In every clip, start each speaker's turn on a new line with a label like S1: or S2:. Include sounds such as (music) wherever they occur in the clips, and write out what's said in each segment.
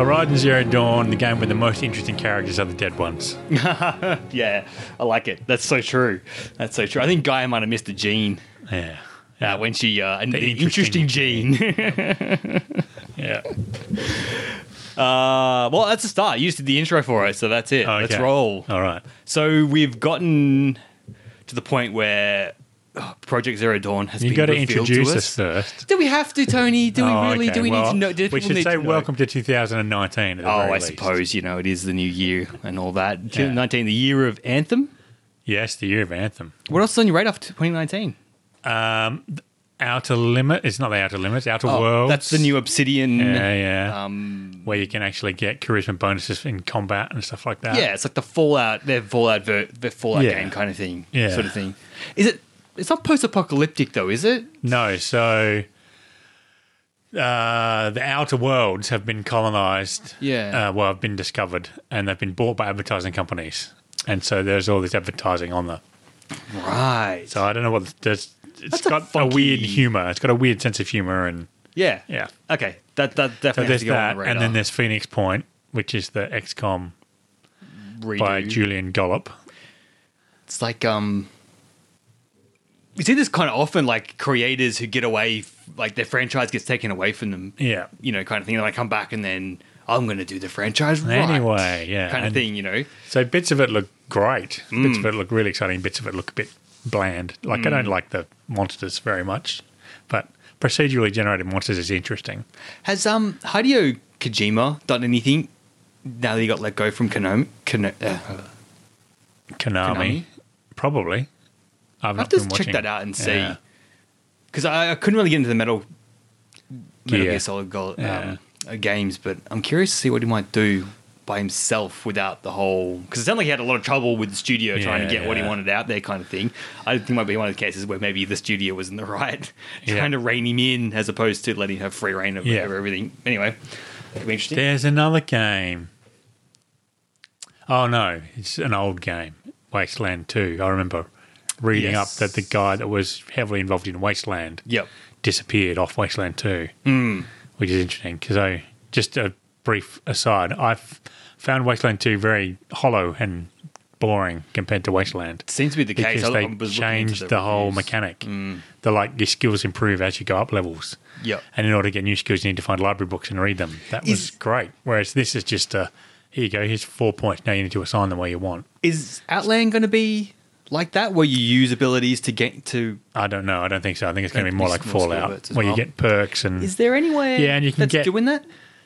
S1: Horizon Zero Dawn, the game where the most interesting characters are the dead ones.
S2: yeah, I like it. That's so true. That's so true. I think Gaia might have missed a gene
S1: Yeah.
S2: uh, when she uh, an, the
S1: interesting-
S2: interesting gene.
S1: Yeah.
S2: (laughs) uh, well, that's a start. You just did the intro for it, so that's it. Let's
S1: Okay. Oh.
S2: roll.
S1: All right.
S2: So we've gotten to the point where oh, Project Zero Dawn has
S1: You
S2: been
S1: got to
S2: revealed
S1: introduce
S2: to
S1: us.
S2: us.
S1: first.
S2: Do we have to, Tony? Do we
S1: Oh,
S2: really?
S1: okay.
S2: Do we
S1: Well,
S2: need to know? Do
S1: we
S2: people
S1: should
S2: need
S1: say
S2: to know?
S1: welcome to 2019. At the
S2: Oh,
S1: very
S2: I
S1: least.
S2: suppose you know it is the new year and all that.
S1: Yeah.
S2: 2019, the year of Anthem.
S1: Yes, the year of Anthem.
S2: What else is on your radar for 2019?
S1: Outer Limit. It's not the Outer Limits. Outer
S2: Oh,
S1: Worlds.
S2: That's the new Obsidian.
S1: Yeah, yeah.
S2: Um,
S1: where you can actually get charisma bonuses in combat and stuff like that.
S2: yeah, it's like the Fallout, their Fallout, ver- their Fallout
S1: Uh, Yeah.
S2: game kind of thing.
S1: Yeah.
S2: Sort of thing. Is it? It's not post-apocalyptic though, is it?
S1: No, so uh, the outer worlds have been colonized.
S2: Yeah.
S1: Uh, well, have been discovered, and they've been bought by advertising companies, and so there's all this advertising on them.
S2: Right.
S1: So I don't know what there's. It's
S2: That's a
S1: got a,
S2: funky-
S1: weird humor. It's got a weird sense of humor, and
S2: yeah.
S1: yeah.
S2: Okay. That that
S1: So
S2: definitely has
S1: there's
S2: to go on
S1: that,
S2: the radar.
S1: and then there's Phoenix Point, which is the XCOM
S2: Redo.
S1: by Julian Gollop.
S2: It's like um. You see this kind of often, like creators who get away, like their franchise gets taken away from them.
S1: Yeah.
S2: you know, kind of thing. Then I come back and then I'm going to do the franchise right.
S1: Anyway, yeah,
S2: kind of
S1: and-
S2: thing. You know,
S1: So bits of it look great.
S2: Mm.
S1: Bits of it look really exciting. Bits of it look a bit bland. Like I don't
S2: Mm.
S1: like the monsters very much, but procedurally generated monsters is interesting.
S2: has um Hideo Kojima done anything now that he got let go from Konami? Kono- uh,
S1: Konami,
S2: Konami?
S1: probably. I've
S2: I'll
S1: not
S2: just
S1: been
S2: check
S1: watching.
S2: that out and see
S1: Yeah.
S2: because I, I couldn't really get into the metal Metal
S1: Gear.
S2: Gear Solid Gold, um,
S1: Yeah.
S2: uh, games, but I'm curious to see what he might do by himself without the whole because it sounded like he had a lot of trouble with the studio trying to
S1: Yeah,
S2: get what he
S1: yeah.
S2: wanted out there kind of thing. I think it might be one of the cases where maybe the studio was in the (laughs) right
S1: Yeah.
S2: trying to rein him in as opposed to letting him have free reign over,
S1: Yeah.
S2: over everything. Anyway, it'll be interesting.
S1: There's another game. Oh no, it's an old game, Wasteland Two. I remember reading
S2: Yes.
S1: up that the guy that was heavily involved in Wasteland
S2: Yep.
S1: disappeared off Wasteland 2, mm.
S2: Hmm.
S1: which is interesting because I just a brief aside, I f- found Wasteland 2 very hollow and boring compared to Wasteland
S2: Seems to be the case.
S1: because
S2: I- I
S1: they
S2: was looking into
S1: changed the, whole
S2: reviews. Hmm.
S1: mechanic. The like your skills improve as you go up levels.
S2: Yep.
S1: And in order to get new skills, you need to find library books and read them. That was
S2: Is-
S1: great. Whereas this is just a here you go. Here's four points. Now you need to assign them where you want.
S2: Is Outland going to be like that, where you use abilities to get to?
S1: I don't know. I don't think so. I think it's going to
S2: Maybe
S1: be more like
S2: small skill
S1: Fallout,
S2: bits as
S1: where you
S2: well.
S1: get perks and
S2: Is there anywhere?
S1: Yeah, and you can
S2: that's
S1: get-
S2: doing that.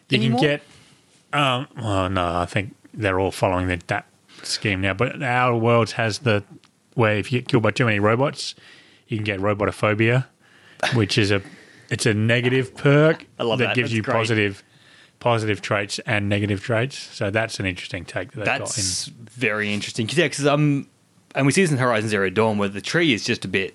S1: You
S2: anymore?
S1: can get. Um, well, no, I think they're all following the, that scheme now. But Outer Worlds has the where if you get killed by too many robots, you can get robotophobia, which is a it's a negative perk
S2: I love that.
S1: gives
S2: That's
S1: you
S2: great.
S1: positive positive traits and negative traits. So that's an interesting take that they've
S2: That's very interesting. 'Cause, Yeah, because um, and we see this in Horizon Zero Dawn where the tree is just a bit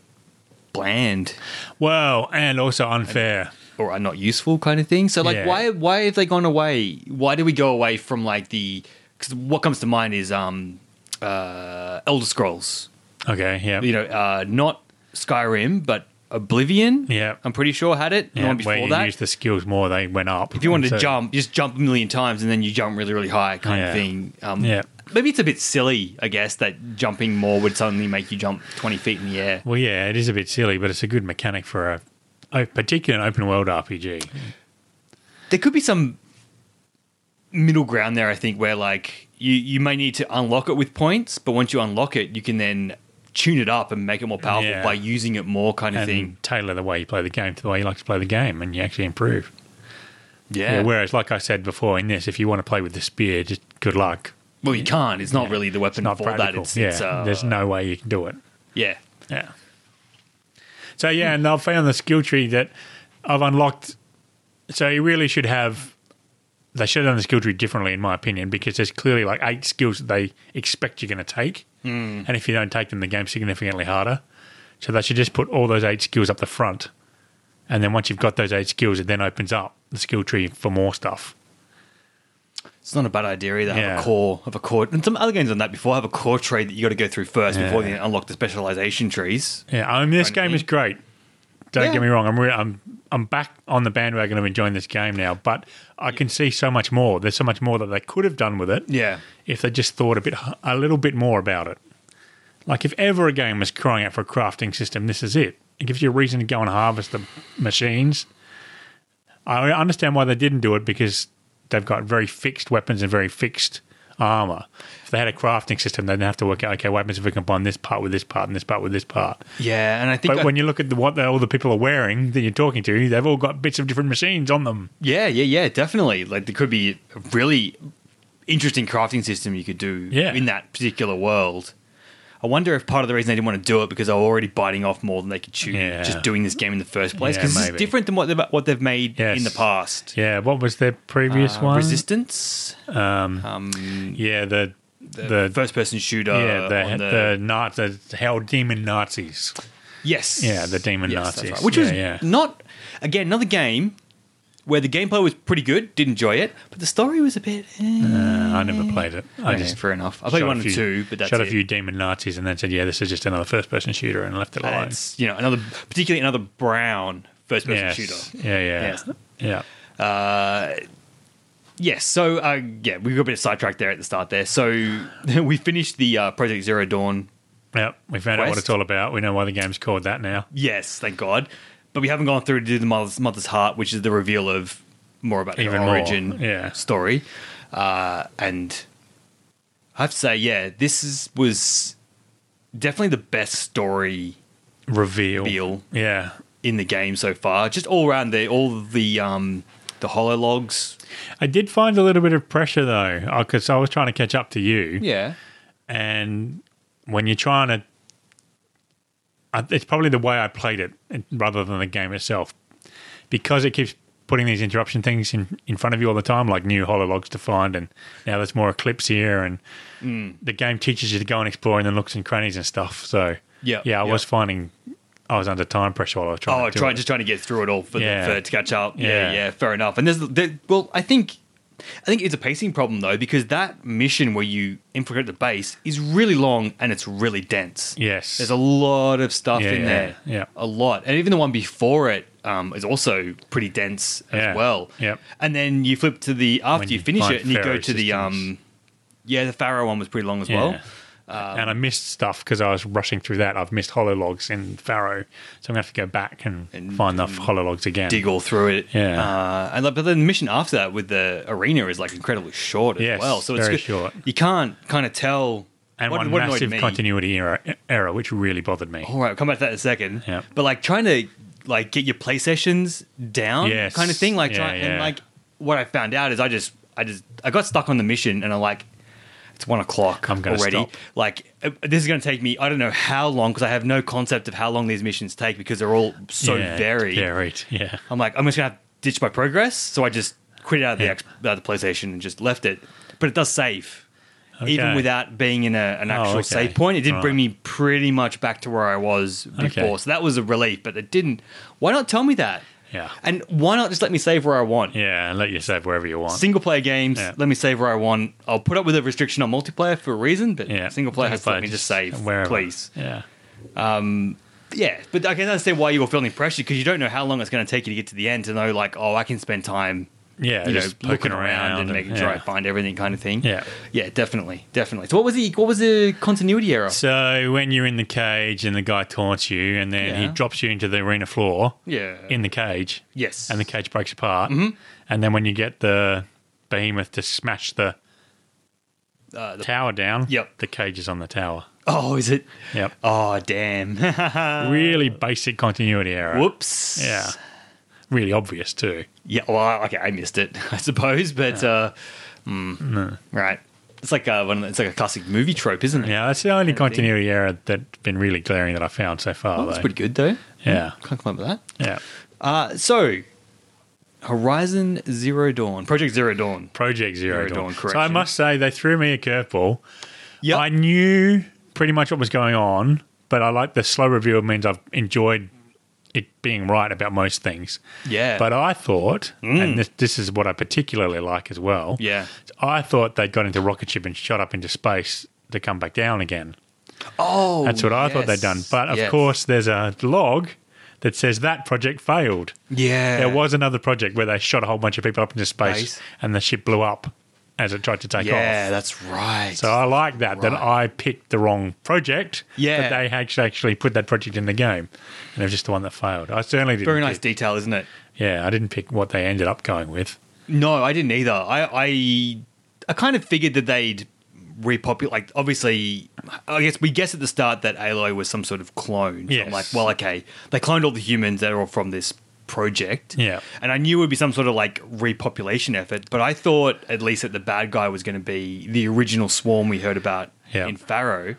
S2: bland
S1: got in. Well, and also unfair.
S2: or are not useful kind of thing. So like,
S1: Yeah.
S2: why why have they gone away? Why do we go away from like the? Because what comes to mind is um, uh, Elder Scrolls.
S1: Okay, yeah,
S2: You know, uh, not Skyrim, but Oblivion.
S1: Yeah.
S2: I'm pretty sure had it. The
S1: yeah
S2: one
S1: where
S2: before
S1: you
S2: that.
S1: use the skills more, they went up.
S2: if you wanted
S1: And
S2: to
S1: so-
S2: jump, just jump a million times and then you jump really, really high kind
S1: Yeah.
S2: of thing. Um,
S1: Yeah.
S2: Maybe it's a bit silly, I guess, that jumping more would suddenly make you jump 20 feet in the air.
S1: Well, yeah, it is a bit silly, but it's a good mechanic for a, a particularly an open world RPG.
S2: There could be some middle ground there, I think, where like you, you may need to unlock it with points, but once you unlock it, you can then tune it up and make it more powerful
S1: Yeah.
S2: by using it more kind of
S1: and
S2: thing.
S1: tailor the way you play the game to the way you like to play the game, and you actually improve.
S2: Yeah.
S1: whereas, like I said before, in this, if you want to play with the spear, just good luck.
S2: well, you can't. It's not really the weapon
S1: Not
S2: for
S1: practical.
S2: that. It's,
S1: yeah,
S2: it's uh,
S1: there's no way you can do it.
S2: yeah.
S1: Yeah. So yeah, and I've found the skill tree that I've unlocked. So you really should have. They should have done the skill tree differently, in my opinion, because there's clearly like eight skills that they expect you're going to take, mm. and if you don't take them, the game's significantly harder. So they should just put all those eight skills up the front, and then once you've got those eight skills, it then opens up the skill tree for more stuff.
S2: It's not a bad idea either. Have
S1: Yeah.
S2: a core, have a core, and some other games on that before have a core trade that you got to go through first before
S1: Yeah.
S2: you unlock the specialization trees.
S1: Yeah, I mean this
S2: Right.
S1: game is great. Don't
S2: Yeah.
S1: get me wrong. I'm re- I'm I'm back on the bandwagon of enjoying this game now, but I can see so much more. There's so much more that they could have done with it.
S2: Yeah.
S1: if they just thought a bit a little bit more about it. Like if ever a game was crying out for a crafting system, this is it. It gives you a reason to go and harvest the machines. I understand why they didn't do it because they've got very fixed weapons and very fixed armor. If they had a crafting system, they'd have to work out okay, weapons if we combine this part with this part and this part with this part.
S2: Yeah, and I think
S1: But
S2: I-
S1: when you look at the, what the, all the people are wearing that you're talking to, they've all got bits of different machines on them.
S2: yeah, yeah, yeah, definitely. Like there could be a really interesting crafting system you could do
S1: Yeah.
S2: in that particular world. I wonder if part of the reason they didn't want to do it because they were already biting off more than they could chew
S1: Yeah.
S2: just doing this game in the first place
S1: Yeah,
S2: because it's
S1: maybe.
S2: different than what they've, what they've made
S1: Yes.
S2: in the past.
S1: Yeah, what was their previous
S2: Uh,
S1: one?
S2: Resistance, um,
S1: Yeah, the the,
S2: first person shooter.
S1: yeah the
S2: on
S1: the, Nazi- the hell demon Nazis.
S2: Yes.
S1: Yeah, the demon
S2: Yes, that's
S1: Nazis.
S2: Which
S1: Yeah,
S2: was
S1: yeah.
S2: not again another game where the gameplay was pretty good, did enjoy it, but the story was a bit. Eh.
S1: I never played it. I
S2: Okay,
S1: Uh, just
S2: fair enough. I
S1: shot
S2: played
S1: a
S2: one and
S1: few-
S2: two, but that's
S1: shot a
S2: it.
S1: few demon Nazis and then said, "Yeah, this is just another first-person shooter," and left it
S2: Uh,
S1: alone.
S2: it's you know another particularly another brown first person
S1: Yes.
S2: shooter.
S1: Yeah, yeah,
S2: Yes.
S1: yeah.
S2: Yes, so uh, yeah, we got a bit of sidetracked there at the start there. So (laughs) we finished the uh, Project Zero Dawn.
S1: Yep, we found out what
S2: Quest?
S1: it's all about. We know why the game's called that now.
S2: Yes, thank God. But we haven't gone through to do the Mother's, Mother's Heart, which is the reveal of more about
S1: Even
S2: her
S1: more,
S2: origin
S1: yeah.
S2: story. Uh, and I have to say, yeah, this is, was definitely the best story
S1: Reveal.
S2: Reveal.
S1: Yeah.
S2: in the game so far. Just all around the all the um the holologs.
S1: I did find a little bit of pressure though, because I was trying to catch up to you.
S2: Yeah.
S1: and when you're trying to I- it's probably the way I played it and- rather than the game itself because it keeps putting these interruption things in, in front of you all the time like new holologs to find and now there's more eclipse here and
S2: Mm.
S1: the game teaches you to go and explore and then looks and crannies and stuff so
S2: Yeah,
S1: yeah I
S2: yeah.
S1: was finding I was under time pressure while I was trying
S2: Oh,
S1: to do
S2: trying
S1: it.
S2: just trying to get through it all for,
S1: Yeah.
S2: the, for to catch up. Yeah. yeah,
S1: Yeah.
S2: fair enough. And there's there, well, I think I think it's a pacing problem though because that mission where you infiltrate the base is really long and it's really dense.
S1: yes
S2: There's a lot of stuff
S1: Yeah,
S2: in
S1: yeah,
S2: there.
S1: yeah.
S2: A lot. And even the one before it um, is also pretty dense as
S1: Yeah,
S2: well.
S1: yep.
S2: And then you flip to the after
S1: When
S2: you
S1: you
S2: finish
S1: find
S2: it and you go
S1: pharaoh
S2: to the um
S1: systems.
S2: yeah, the Pharaoh one was pretty long as
S1: Yeah.
S2: well. um,
S1: and I missed stuff because I was rushing through that. I've missed holologs in Pharaoh, so I'm gonna have to go back and,
S2: And-
S1: find the holologs again.
S2: dig all through it.
S1: Yeah.
S2: Uh, and like, but then the mission after that with the arena is like incredibly short as
S1: Yes,
S2: well. So it's
S1: very
S2: good.
S1: short.
S2: You can't kind of tell.
S1: and one
S2: annoyed
S1: massive
S2: me- Oh,
S1: continuity error, error, which really bothered me.
S2: All right, we'll come back to that in a second.
S1: Yep.
S2: But like trying to like get your play sessions down,
S1: Yes.
S2: kind of thing. Like
S1: Yeah,
S2: try, and
S1: yeah.
S2: like what I found out is I just I just I got stuck on the mission and I like. It's one o'clock
S1: I'm gonna
S2: already.
S1: stop.
S2: Like uh, this is going to take me. I don't know how long because I have no concept of how long these missions take because they're all so
S1: yeah,
S2: varied.
S1: varied. Yeah,
S2: I'm like, I'm just gonna have to ditch my progress. So I just quit it out of the
S1: Yeah.
S2: X, out of the PlayStation and just left it. But it does save, even
S1: Okay. Oh,
S2: without being in a, an actual
S1: okay.
S2: save point. It did
S1: All
S2: bring
S1: right.
S2: me pretty much back to where I was before.
S1: Okay.
S2: So that was a relief. But it didn't. Why not tell me that?
S1: Yeah.
S2: And why not just let me save where I want?
S1: yeah. And let you save wherever you want.
S2: Single player games,
S1: Yeah.
S2: let me save where I want. I'll put up with a restriction on multiplayer for a reason, but
S1: yeah,
S2: single player has to let me just save, please.
S1: Yeah,
S2: Yeah, but I can understand why you were feeling pressure because you don't know how long it's going to take you to get to the end to know, like, oh, I can spend time
S1: yeah.
S2: you know,
S1: just
S2: looking around and, making sure I
S1: yeah.
S2: find everything, kind of thing.
S1: Yeah.
S2: yeah, definitely, definitely. So, what was the what was the continuity error?
S1: So when you're in the cage and the guy taunts you, and then he
S2: Yeah.
S1: drops you into the arena floor.
S2: Yeah. Mm-hmm.
S1: in the cage.
S2: yes,
S1: and the cage breaks apart. And then when you get the behemoth to smash the,
S2: Uh, the-
S1: tower down,
S2: Yep.
S1: the cage is on the tower.
S2: oh, is it?
S1: Yep.
S2: Oh, damn. (laughs)
S1: really basic continuity error.
S2: Whoops.
S1: Yeah. Really obvious too.
S2: Yeah. Well, I- okay, I missed it, (laughs) I suppose, but uh, mm, right. It's like a one. of the- It's like a classic movie trope, isn't it?
S1: Yeah, that's the only continuity error that's been really glaring that I found so far.
S2: Oh, that's
S1: though.
S2: pretty good though.
S1: Yeah.
S2: Can't remember that.
S1: Yeah.
S2: Uh, so, Horizon Zero Dawn, Project Zero Dawn.
S1: Project Zero,
S2: Zero Dawn,
S1: Dawn.
S2: correction.
S1: so I must say they threw me a curveball.
S2: Yep.
S1: I knew pretty much what was going on, but I like the slow review. It means I've enjoyed it being right about most things.
S2: Yeah. Mm.
S1: But uh, I thought, and this, this is what I particularly like as well.
S2: Yeah.
S1: I thought they'd got into rocket ship and shot up into space to come back down again.
S2: Oh,
S1: That's what I thought they'd
S2: yes,
S1: done. But of
S2: yes.
S1: course, there's a log that says that project failed.
S2: Yeah.
S1: There was another project where they shot a whole bunch of people up into space
S2: Space.
S1: and the ship blew up as it tried to take
S2: Yeah,
S1: off.
S2: that's right.
S1: So I like that that
S2: Right.
S1: I picked the wrong project.
S2: Yeah.
S1: but they actually actually put that project in the game, and it was just the one that failed. I certainly didn't.
S2: Very nice
S1: Pick,
S2: detail, isn't it?
S1: yeah, I didn't pick what they ended up going with.
S2: No, I didn't either. I I, I kind of figured that they'd repopulate. Like, obviously, I guess we guess at the start that Aloy was some sort of clone. So
S1: Yes.
S2: I'm like, well, okay, they cloned all the humans that are all from this project.
S1: Yeah.
S2: And I knew it would be some sort of like repopulation effort, but I thought at least that the bad guy was going to be the original swarm we heard about
S1: Yeah.
S2: in Pharaoh.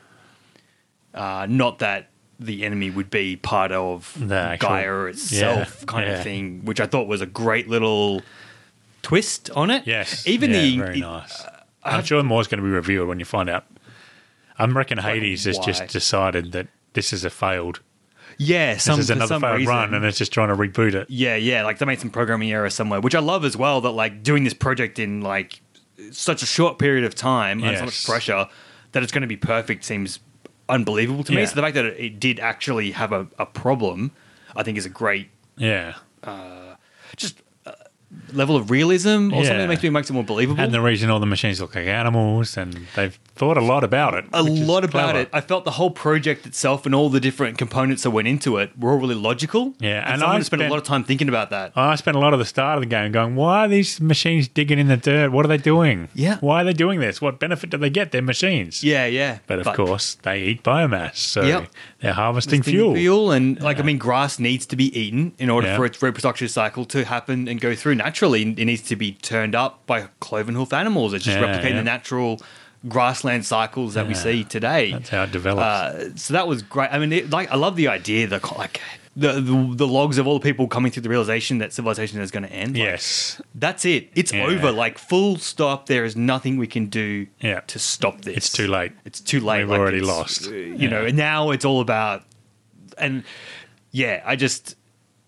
S2: Uh, not that the enemy would be part of
S1: The actual-
S2: Gaia itself,
S1: Yeah.
S2: kind
S1: Yeah.
S2: of thing, which I thought was a great little twist on it.
S1: Yes,
S2: Even
S1: yeah,
S2: the uh,
S1: very nice. I'm sure more's going to be reviewed when you find out. I reckon Hades has
S2: why?
S1: just decided that this is a failed.
S2: yeah, some,
S1: This is
S2: for
S1: another
S2: some
S1: failed
S2: reason,
S1: run, and it's just trying to reboot it.
S2: yeah, yeah, like they made some programming error somewhere, which I love as well. That like doing this project in like such a short period of time and
S1: Yes.
S2: so much pressure that it's going to be perfect seems unbelievable to
S1: Yeah.
S2: me. So the fact that it, it did actually have a, a problem, I think, is a great
S1: Yeah,
S2: just. Uh, Level of realism, or something
S1: Yeah.
S2: that makes me makes it more believable.
S1: and the reason all the machines look like animals, and they've thought a lot about it.
S2: a
S1: which is
S2: lot about
S1: clever.
S2: it. I felt the whole project itself and all the different components that went into it were all really logical.
S1: Yeah,
S2: and,
S1: and
S2: someone
S1: I
S2: has spent a
S1: spent-
S2: lot of time thinking about that.
S1: I spent a lot of the start of the game going, why are these machines digging in the dirt? What are they doing?
S2: Yeah.
S1: Why are they doing this? What benefit do they get? They're machines.
S2: yeah, yeah.
S1: But of course, they eat biomass. So
S2: Yep.
S1: they're harvesting
S2: it's the
S1: fuel.
S2: fuel and like I mean, grass needs to be eaten in order
S1: Yeah.
S2: for its reproductive cycle to happen and go through naturally. It needs to be turned up by cloven hoof animals. It's just
S1: Yeah,
S2: replicating
S1: yeah.
S2: the natural grassland cycles that we
S1: Yeah.
S2: see today.
S1: That's how it develops.
S2: Uh, so that was great. I mean, it, like I love the idea that like the, the the logs of all the people coming to the realization that civilization is going to end. Like,
S1: yes.
S2: That's it. It's
S1: Yeah.
S2: over. Like full stop. There is nothing we can do
S1: Yeah.
S2: to stop this.
S1: It's too late.
S2: It's too late.
S1: We've already
S2: it's,
S1: lost.
S2: uh, You
S1: Yeah.
S2: know. And now it's all about. And yeah, I just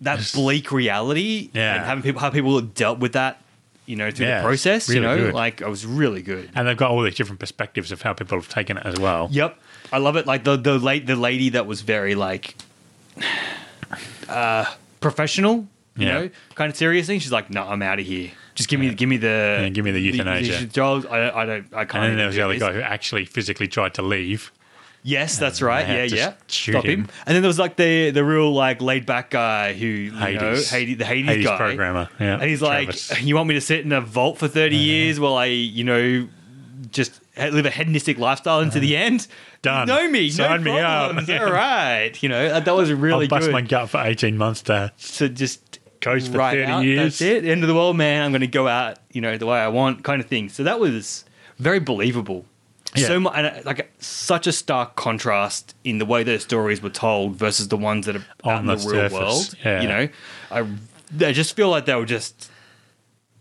S2: that bleak reality.
S1: Yeah.
S2: And having people how people dealt with that. You know, through
S1: Yeah,
S2: the
S1: it's
S2: process. you
S1: really
S2: know,
S1: good.
S2: like I was really good.
S1: And they've got all these different perspectives of how people have taken it as well.
S2: Yep, I love it. Like the the late the lady that was very like (sighs) uh, professional, you
S1: Yeah.
S2: know, kind of serious thing. She's like, "No, I'm out of here. Just give me give me the
S1: Yeah, give me the euthanasia."
S2: jobs. I, don't- I don't. I can't."
S1: And then there was the
S2: even
S1: other
S2: do
S1: guy who
S2: this."
S1: actually physically tried to leave.
S2: Yes, that's right.
S1: they
S2: Yeah,
S1: had to
S2: yeah.
S1: shoot
S2: Stop
S1: him.
S2: him. And then there was like the the real like laid back guy who you
S1: Hades.
S2: know Hades, the Hades,
S1: Hades
S2: guy
S1: programmer. Yeah.
S2: and he's
S1: Travis.
S2: like, "You want me to sit in a vault for thirty years while I, you know, just ha- live a hedonistic lifestyle into the end?
S1: Uh-huh. Done.
S2: Know me?
S1: Sign me
S2: no
S1: up." (laughs)
S2: problems. All right. You know that, that was really
S1: I'll bust
S2: good
S1: my gut for 18 months to
S2: to just
S1: coach for
S2: right
S1: 30
S2: out.
S1: years.
S2: That's it. End of the world, man. I'm going to go out, you know, the way I want, kind of thing. So that was very believable.
S1: Yeah.
S2: So mu- and uh, like such a stark contrast in the way those stories were told versus the ones that are out
S1: On
S2: in the,
S1: the
S2: real
S1: surface,
S2: world.
S1: yeah.
S2: You know, I, I just feel like they were just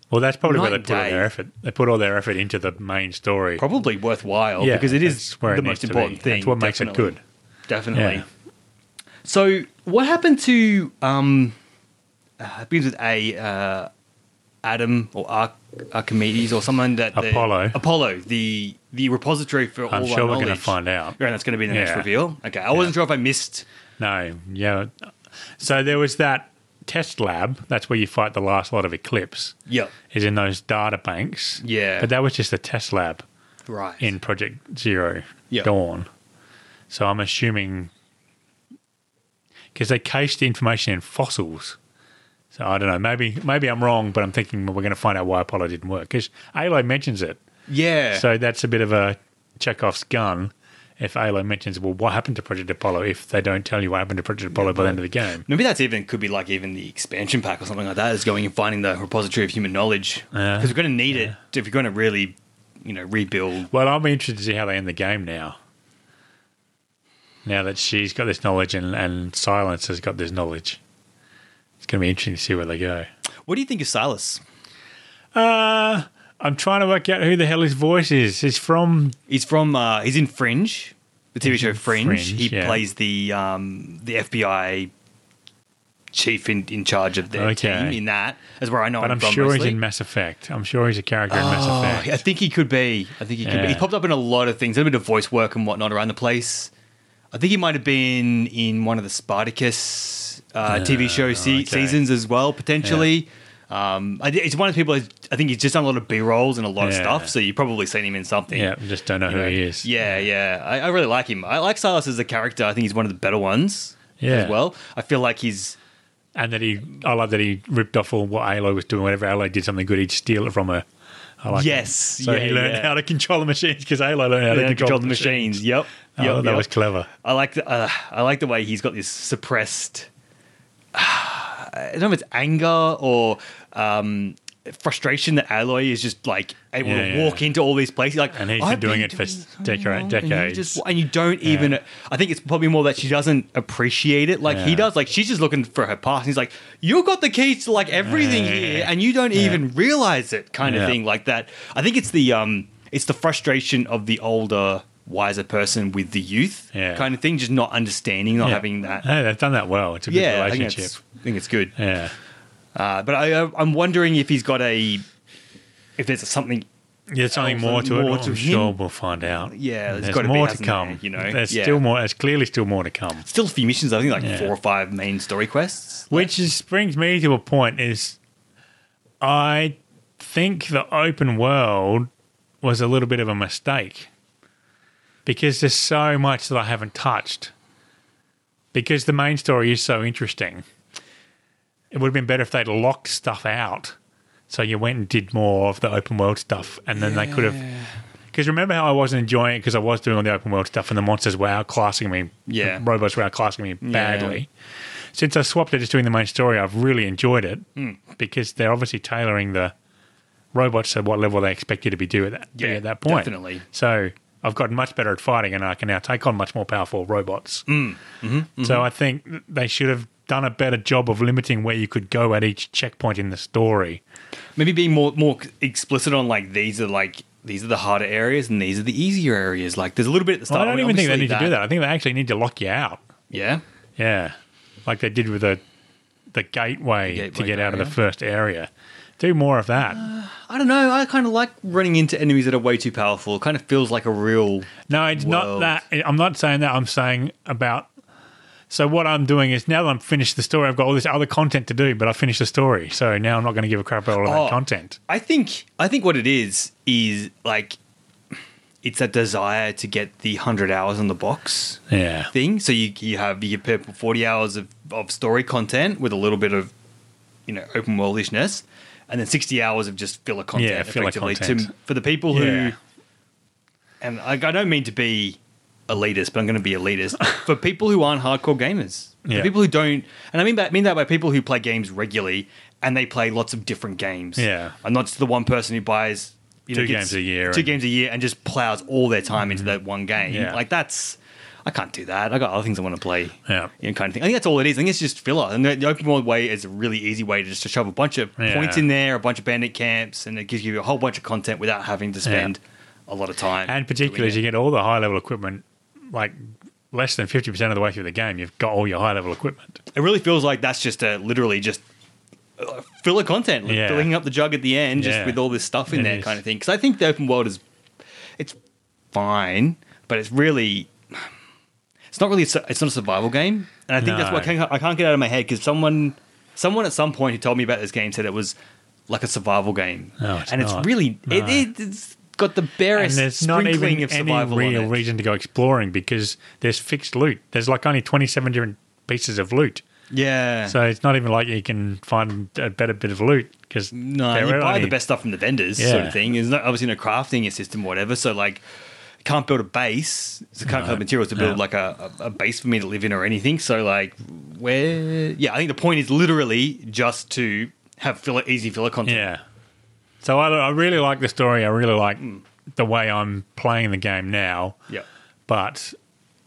S1: Well, that's probably where they
S2: Night and
S1: put all
S2: day.
S1: their effort. They put all their effort into the main story.
S2: probably worthwhile
S1: Yeah,
S2: because it is
S1: that's where it
S2: the
S1: needs
S2: most
S1: to be.
S2: important thing.
S1: That's what makes it
S2: definitely.
S1: good.
S2: Definitely.
S1: Yeah.
S2: So, what happened to um, uh, it begins with a uh, Adam or Arch- Archimedes or someone that the-
S1: Apollo.
S2: Apollo, the the repository for all
S1: I'm
S2: our
S1: sure we're going to
S2: knowledge.
S1: find out.
S2: Yeah, that's going to be the next
S1: Yeah.
S2: reveal. Okay, I wasn't sure if I missed.
S1: No, yeah. So there was that test lab. That's where you fight the last lot of Eclipse.
S2: Yeah,
S1: Is in those data banks.
S2: Yeah.
S1: But that was just a test lab
S2: right.
S1: in Project Zero
S2: Yeah.
S1: Dawn. So I'm assuming because they cached the information in fossils. So I don't know. Maybe maybe I'm wrong, but I'm thinking we're going to find out why Apollo didn't work because Aloy mentions it.
S2: yeah,
S1: So that's a bit of a Chekhov's gun. If Aloy mentions, well, what happened to Project Apollo if they don't tell you what happened to Project Apollo by the end of the game?
S2: Maybe that's even could be like even the expansion pack or something like that is going and finding the repository of human knowledge
S1: Yeah.
S2: because we're going to need it if you're going to really, you know, rebuild.
S1: Well, I'm interested to see how they end the game now. Now that she's got this knowledge and, and Silence has got this knowledge. It's going to be interesting to see where they go.
S2: What do you think of Silas?
S1: Uh, I'm trying to work out who the hell his voice is. He's from.
S2: He's from uh, he's in Fringe, the TV show Fringe.
S1: Fringe,
S2: he
S1: yeah.
S2: plays the um, the FBI chief in, in charge of their
S1: Okay.
S2: team in that. That's where I know
S1: But
S2: him
S1: I'm
S2: from
S1: sure
S2: mostly.
S1: he's in Mass Effect. I'm sure he's a character in
S2: Oh,
S1: Mass
S2: I
S1: Effect.
S2: think he could be. I think he could be.
S1: Yeah.
S2: He's popped up in a lot of things, a bit of voice work and whatnot around the place. I think he might have been in one of the Spartacus uh, TV show se-
S1: okay.
S2: seasons as well, potentially. Um, I, it's one of the people. who's- I think he's just done a lot of B rolls and a lot of
S1: Yeah.
S2: stuff, so you've probably seen him in something.
S1: Yeah, I just don't know who
S2: know.
S1: he is.
S2: Yeah, yeah. I, I really like him. I like Silas as a character. I think he's one of the better ones
S1: Yeah.
S2: as well. I feel like he's
S1: And that he, I love that he ripped off all what Aloy was doing. Whenever Aloy did something good, he'd steal it from her. I like
S2: Yes,
S1: that. So
S2: yeah,
S1: he learned
S2: yeah.
S1: how to control the machines because Aloy learned how to control,
S2: control the machines. Yep.
S1: Oh,
S2: yep,
S1: that
S2: yep.
S1: was clever.
S2: I like the uh, I like the way he's got this suppressed. (sighs) I don't know if it's anger or um, frustration that Alloy is just like able
S1: Yeah,
S2: to
S1: yeah.
S2: walk into all these places. Like,
S1: And he's been
S2: "I've
S1: doing it for
S2: so
S1: decade-
S2: long," and you
S1: decades.
S2: just- And you, don't even. I think it's probably more that she doesn't appreciate it like he
S1: Yeah.
S2: does. Like she's just looking for her past. And he's like, "You got the keys to like everything
S1: Yeah, yeah,
S2: here,
S1: yeah.
S2: and you don't
S1: Yeah.
S2: even realize it." Kind of
S1: Yeah.
S2: thing like that. I think it's the um, it's the frustration of the older, wiser person with the youth
S1: Yeah.
S2: kind of thing, just not understanding, not
S1: Yeah.
S2: having that.
S1: Hey, they've done that well. It's a good
S2: yeah, I think,
S1: relationship.
S2: it's, I think it's good.
S1: Yeah.
S2: Uh, but I, I, I'm wondering if he's got a, if there's something.
S1: There's something
S2: Also,
S1: more to it.
S2: more
S1: I'm
S2: to him.
S1: sure we'll find out.
S2: Yeah, there's
S1: there's
S2: gotta be,
S1: more to
S2: hasn't
S1: come.
S2: there, you know?
S1: there's
S2: Yeah.
S1: still more. There's clearly still more to come.
S2: Still a few missions. I think like
S1: Yeah.
S2: four or five main story quests.
S1: Which is, brings me to a point is I think the open world was a little bit of a mistake because there's so much that I haven't touched because the main story is so interesting. It would have been better if they'd locked stuff out. So you went and did more of the open world stuff and then they could have. Because remember how I wasn't enjoying it because I was doing all the open world stuff and the monsters were outclassing me.
S2: Yeah.
S1: the robots were outclassing me badly since I swapped it just doing the main story, I've really enjoyed it because they're obviously tailoring the robots to what level they expect you to be do at that be
S2: Yeah,
S1: at that point.
S2: definitely.
S1: So I've gotten much better at fighting, and I can now take on much more powerful robots. Mm-hmm. So I think th- they should have done a better job of limiting where you could go at each checkpoint in the story.
S2: Maybe being more more explicit on like these are like these are the harder areas and these are the easier areas. Like there's a little bit at the start.
S1: I don't even think they
S2: obviously
S1: need to do that. I think they actually need to lock you out.
S2: Yeah.
S1: Yeah, like they did with the the gateway, to
S2: Gateway
S1: get out of the
S2: barrier.
S1: first area. Do more of that.
S2: I don't know. I kind of like running into enemies that are way too powerful. It kind of feels like a real.
S1: No, it's not
S2: world.
S1: that. I'm not saying that. I'm saying about. So what I'm doing is now that I'm finished the story, I've got all this other content to do, but I finished the story, so now I'm not going to give a crap about all of
S2: Oh.
S1: that content.
S2: I think I think what it is is like it's that desire to get the hundred hours on the box
S1: Yeah,
S2: thing. So you you have your purple forty hours of, of story content with a little bit of you know open worldishness, and then sixty hours of just filler content.
S1: Yeah, filler
S2: effectively To,
S1: content.
S2: for the people
S1: Yeah.
S2: who, and I, I don't mean to be elitist, but I'm going to
S1: (laughs)
S2: be elitist for people who aren't hardcore gamers. For
S1: Yeah.
S2: people who don't, and I mean that mean that by people who play games regularly and they play lots of different games.
S1: Yeah.
S2: I'm not just the one person who buys. You
S1: Two
S2: gets
S1: games a year
S2: Two
S1: and-
S2: games a year, and just plows all their time into that one game.
S1: Yeah.
S2: Like that's, I can't do that. I got other things I want to play.
S1: Yeah.
S2: You know, kind of thing. I think that's all it is. I think it's just filler. And the, the open world way is a really easy way to just to shove a bunch of
S1: Yeah.
S2: points in there, a bunch of bandit camps, and it gives you a whole bunch of content without having to spend a lot of time.
S1: and particularly as
S2: doing
S1: you
S2: it.
S1: get all the high level equipment, like less than fifty percent of the way through the game, you've got all your high level equipment.
S2: it really feels like that's just a literally just uh, filler content, like
S1: Yeah.
S2: filling up the jug at the end, just
S1: Yeah.
S2: with all this stuff in
S1: It
S2: there,
S1: is.
S2: kind of thing. Because I think the open world is, it's fine, but it's really. It's not really. a- It's not a survival game, and I think that's what I
S1: No.
S2: can't, I can't get out of my head because someone, someone at some point who told me about this game said it was like a survival game,
S1: No, it's
S2: and it's
S1: not.
S2: really
S1: No.
S2: it, it's got the
S1: And
S2: barest
S1: there's not
S2: sprinkling
S1: even
S2: of
S1: any
S2: survival
S1: real
S2: on it.
S1: reason to go exploring because there's fixed loot. There's like only twenty seven different pieces of loot.
S2: Yeah,
S1: So it's not even like you can find a better bit of loot because
S2: No, you buy the best stuff from the vendors, sort
S1: Yeah.
S2: of thing. There's no, obviously no crafting a system, whatever. So like, can't build a base. So can't have materials to build
S1: No.
S2: like a, a a base for me to live in or anything. So like, where? Yeah, I think the point is literally just to have filler, easy filler content.
S1: Yeah. So I, I really like the story. I really like the way I'm playing the game now.
S2: Yeah.
S1: But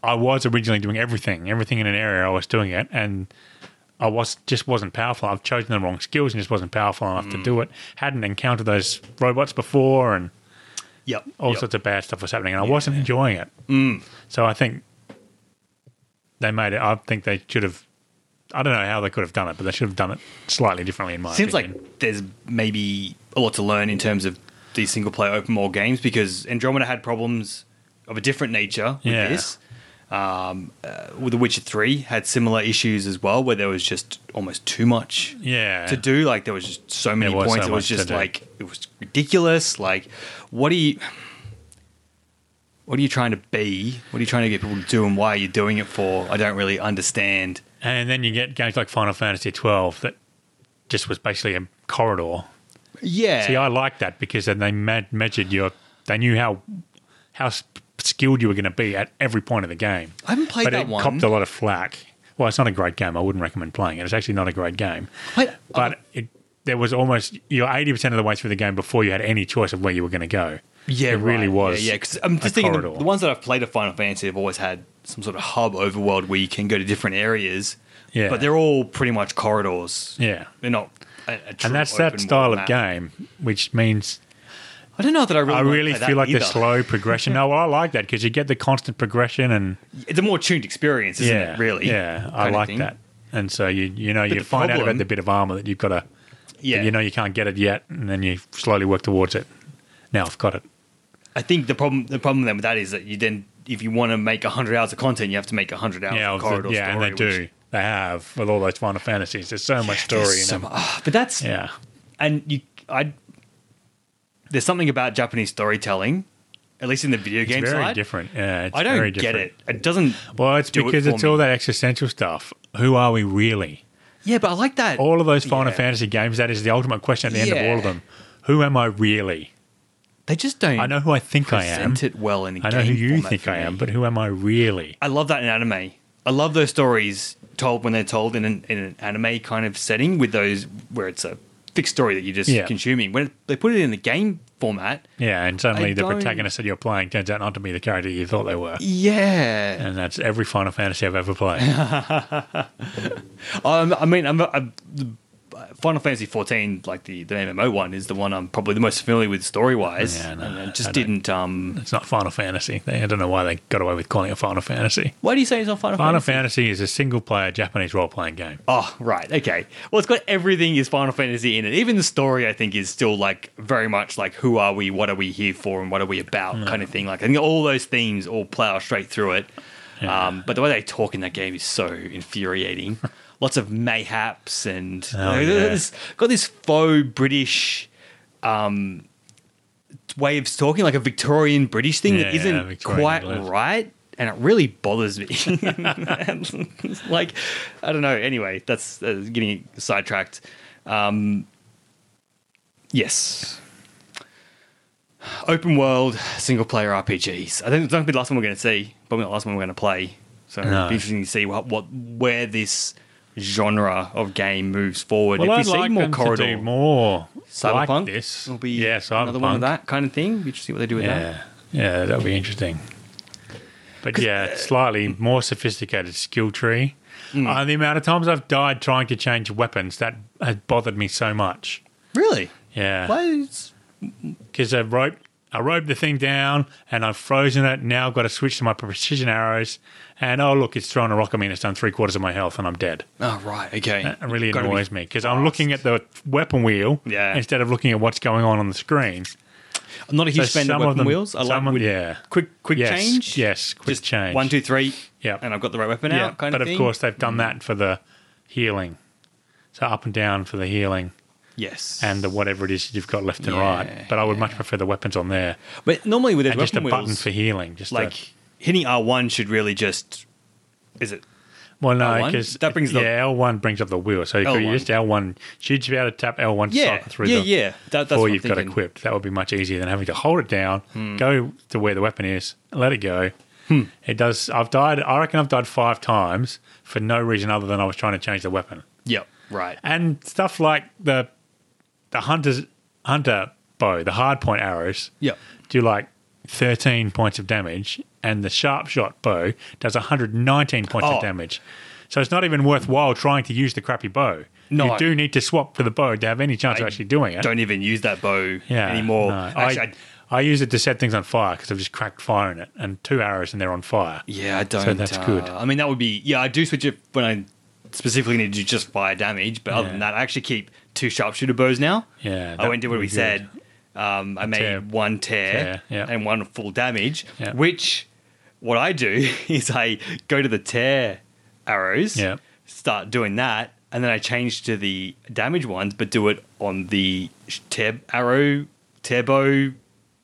S1: I was originally doing everything, everything in an area. I was doing it, and I was just wasn't powerful. I've chosen the wrong skills and just wasn't powerful enough to
S2: Mm.
S1: do it. Hadn't encountered those robots before, and
S2: Yep.
S1: all
S2: yep. Mm.
S1: sorts of bad stuff was happening, and I wasn't enjoying it. So I think they made it. I think they should have. I don't know how they could have done it, but they should have done it slightly differently. In my
S2: Seems
S1: opinion.
S2: like there's maybe a lot to learn in terms of these single player open world games because Andromeda had problems of a different nature with
S1: Yeah.
S2: this. Um, uh, with The Witcher 3 had similar issues as well, where there was just almost too much
S1: Yeah.
S2: to do. Like there was just so many
S1: There was
S2: points.
S1: so
S2: it was
S1: much to
S2: just
S1: do.
S2: like it was ridiculous. Like what are you? What are you trying to be? What are you trying to get people to do, and why are you doing it for? I don't really understand.
S1: And then you get games like Final Fantasy twelve that just was basically a corridor.
S2: Yeah,
S1: See, I like that because then they ma- measured your. They knew how how s- skilled you were going to be at every point of the game.
S2: I haven't played
S1: but
S2: that
S1: it
S2: one.
S1: copped a lot of flack. Well, it's not a great game. I wouldn't recommend playing it. It's actually not a great game.
S2: Wait,
S1: but
S2: Oh.
S1: it, there was almost you're eighty percent of the way through the game before you had any choice of where you were going to go. it
S2: yeah,
S1: really
S2: right.
S1: was.
S2: Yeah, because I'm
S1: a
S2: just thinking the,
S1: corridor.
S2: the ones that I've played of Final Fantasy have always had some sort of hub overworld where you can go to different areas.
S1: Yeah.
S2: but they're all pretty much corridors.
S1: Yeah.
S2: they're not. A, a true
S1: and that's
S2: open
S1: that style
S2: world
S1: of
S2: map.
S1: game, which means
S2: I don't know that I really.
S1: I
S2: wanna
S1: really
S2: play that
S1: feel like the
S2: either.
S1: slow progression. no, well, I like that because you get the constant progression and
S2: it's a more tuned experience, isn't
S1: yeah,
S2: it? Really?
S1: yeah, I
S2: Kind of
S1: like
S2: thing.
S1: that. And so you you know you
S2: the
S1: find out
S2: problem-
S1: about the bit of armor that you've got to,
S2: Yeah.
S1: you know you can't get it yet, and then you slowly work towards it. Now I've got it.
S2: I think the problem the problem then with that is that you then if you want to make hundred hours of content, you have to make hundred hours
S1: Yeah,
S2: of
S1: I've-
S2: corridor
S1: yeah, and
S2: story.
S1: they do.
S2: which-
S1: They have with all those Final Fantasies. There's so much
S2: There's
S1: story in
S2: so
S1: them.
S2: mu- ah, but that's
S1: Yeah,
S2: and you I there's something about Japanese storytelling, at least in the video game
S1: it's very
S2: side.
S1: different. Yeah, it's
S2: I don't
S1: very
S2: get
S1: different.
S2: it. It doesn't.
S1: Well, it's
S2: do it
S1: because
S2: for
S1: it's
S2: me.
S1: all that existential stuff. Who are we really?
S2: Yeah, but I like that.
S1: All of those Final
S2: Yeah.
S1: Fantasy games, that is the ultimate question at the end of
S2: Yeah.
S1: all of them. Who am I really?
S2: they just don't.
S1: I know who I think I am.
S2: present it well in a
S1: I know who
S2: game
S1: you
S2: format
S1: think
S2: for
S1: I
S2: me.
S1: am, but who am I really?
S2: I love that in anime. I love those stories told when they're told in an, in an anime kind of setting with those where it's a fixed story that you're just
S1: Yeah.
S2: consuming. When they put it in the game format,
S1: Yeah, and suddenly
S2: I
S1: the
S2: don't-
S1: protagonist that you're playing turns out not to be the character you thought they were.
S2: yeah.
S1: And that's every Final Fantasy I've ever played.
S2: Um, I mean, I'm, I'm, the Final Fantasy 14, like the, the MMO one, is the one I'm probably the most familiar with story wise.
S1: Yeah, no,
S2: and I
S1: I
S2: just
S1: don't-
S2: didn't. Um,
S1: it's not Final Fantasy. They, I don't know why they got away with calling it Final Fantasy.
S2: why do you say it's not Final,
S1: Final
S2: Fantasy?
S1: Fantasy is a single player Japanese role playing game.
S2: Oh, right. Okay. Well, it's got everything is Final Fantasy in it. Even the story, I think, is still like very much like who are we, what are we here for, and what are we about kind of thing. Like, I think all those themes all plow straight through it.
S1: Yeah.
S2: Um, but the way they talk in that game is
S1: (laughs)
S2: so infuriating. Lots of mayhaps and
S1: Oh,
S2: like,
S1: yeah.
S2: it's got this faux British um, way of talking, like a Victorian British thing that
S1: Yeah,
S2: isn't
S1: Victorian
S2: quite
S1: English.
S2: right. And it really bothers me. (laughs) like, I don't know. Anyway, that's uh, getting sidetracked. Um, yes. Open world, single player RPGs. I think it's not going to be the last one we're going to see, probably not the last one we're going to play. So it'll
S1: No.
S2: be interesting to see what, what where this genre of game moves forward.
S1: Well,
S2: if we
S1: I'd
S2: see
S1: like
S2: more
S1: them
S2: corridor,
S1: to do more
S2: Cyberpunk
S1: like this.
S2: will be
S1: yeah,
S2: another one
S1: Cyberpunk.
S2: of that kind of thing. We should see what they do with that.
S1: Yeah, yeah, that'll be interesting. But yeah, it's slightly more sophisticated skill tree.
S2: Hmm.
S1: Uh, the amount of times I've died trying to change weapons that has bothered me so much.
S2: Really?
S1: Yeah,
S2: Why is-
S1: because I rope I rope the thing down and I've frozen it. Now I've got to switch to my precision arrows. And oh look, it's thrown a rock at me and it's done three quarters of my health and I'm dead.
S2: Oh, right. Okay.
S1: It really
S2: Gotta be-
S1: annoys me me because I'm looking at the weapon wheel
S2: Yeah.
S1: instead of looking at what's going on on the screen.
S2: I'm not a huge
S1: So
S2: fan of
S1: some
S2: weapon
S1: of them-
S2: wheels. I
S1: some
S2: like
S1: of-
S2: with
S1: yeah.
S2: quick quick
S1: Yes,
S2: change.
S1: yes, quick
S2: Just
S1: change.
S2: One, two, three.
S1: Yeah.
S2: And I've got the right weapon out. Kind
S1: but
S2: of thing.
S1: course they've done that for the healing. So up and down for the healing
S2: Yes.
S1: and the whatever it is you've got left and
S2: Yeah,
S1: right. But I would much prefer the weapons on there
S2: but normally with those
S1: and just a
S2: weapon
S1: button
S2: wheels,
S1: for healing. Just
S2: like
S1: a,
S2: hitting R one should really just is it
S1: well, no,
S2: L1?
S1: because
S2: That brings the-
S1: yeah, L one brings up the wheel. So you could
S2: L1.
S1: just L one. Should you be able to tap L one to
S2: yeah
S1: cycle through
S2: yeah
S1: the
S2: yeah that, that's
S1: before
S2: what
S1: you've
S2: I'm
S1: got
S2: thinking. Hmm.
S1: equipped? That would be much easier than having to hold it down, go to where the weapon is, and let it go. It does. I've died. I reckon I've died five times for no reason other than I was trying to change the weapon.
S2: Yep. Right.
S1: and stuff like the the hunter's hunter bow, the hard point arrows,
S2: Yep.
S1: do like thirteen points of damage, and the sharp shot bow does one hundred nineteen points
S2: Oh.
S1: of damage. So it's not even worthwhile trying to use the crappy bow.
S2: No.
S1: You do need to swap to the bow to have any chance of actually doing it.
S2: Don't even use that bow
S1: yeah,
S2: anymore.
S1: no.
S2: Actually,
S1: I,
S2: I,
S1: I use it to set things on fire because I've just cracked fire in it, and two arrows and they're on fire.
S2: yeah, I don't.
S1: that's
S2: uh,
S1: good.
S2: I mean, that would be yeah. I do switch it when I specifically need to do just fire damage, but other
S1: Yeah.
S2: than that, I actually keep two sharpshooter bows now.
S1: Yeah,
S2: I
S1: that
S2: went and did what
S1: would
S2: we
S1: be
S2: said. Um, I made
S1: tear.
S2: one tear,
S1: Tear, yeah.
S2: and one full damage,
S1: Yeah.
S2: which what I do (laughs) is I go to the tear arrows,
S1: Yeah.
S2: start doing that, and then I change to the damage ones, but do it on the sh- tear arrow, tear bow.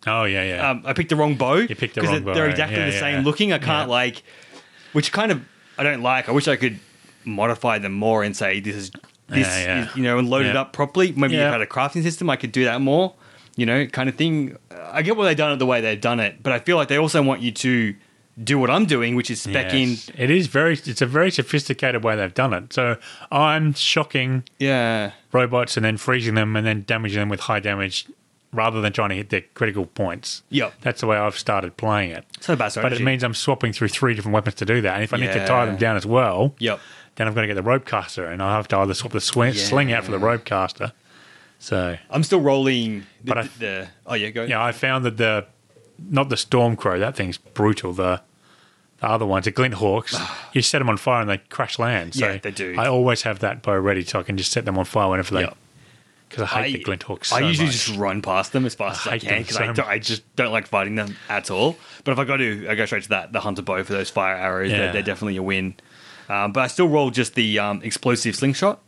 S1: Oh yeah, yeah.
S2: Um, I picked the wrong bow. You
S1: picked the wrong bow,
S2: They're exactly
S1: yeah,
S2: the
S1: yeah,
S2: same
S1: yeah.
S2: looking. I can't
S1: Yeah.
S2: like, which kind of I don't like. I wish I could modify them more and say this is this,
S1: Yeah, yeah.
S2: Is, you know, and load it
S1: Yeah.
S2: up properly. Maybe
S1: Yeah.
S2: if I had a crafting system, I could do that more. You know, kind of thing. I get why they've done it the way they've done it, but I feel like they also want you to do what I'm doing, which is spec in.
S1: Yes. It is very. It's a very sophisticated way they've done it. So I'm shocking
S2: Yeah.
S1: robots and then freezing them and then damaging them with high damage, rather than trying to hit their critical points.
S2: Yep.
S1: That's the way I've started playing it.
S2: So bad
S1: But it
S2: strategy.
S1: means I'm swapping through three different weapons to do that. And if I need to tie
S2: Yeah.
S1: them down as well,
S2: Yep.
S1: then I've got to get the rope caster, and I have to either swap the swing, sling out for the rope caster. So
S2: I'm still rolling the,
S1: But I-
S2: the, oh yeah, go.
S1: yeah, I found that the not the storm crow that thing's brutal. The the other ones, the glint hawks, you set them on fire and they crash land. So
S2: Ah. Yeah, they do.
S1: I always have that bow ready, so I can just set them on fire whenever they.
S2: Yeah.
S1: Because I hate the glint hawks. So
S2: I usually
S1: much.
S2: just run past them as fast
S1: I
S2: as I
S1: hate
S2: can
S1: them
S2: because
S1: so
S2: I, don't- I just don't like fighting them at all. But if I go to, I go straight to that the hunter bow for those fire arrows.
S1: Yeah.
S2: They're, they're definitely a win. Um, but I still roll just the um, explosive slingshot.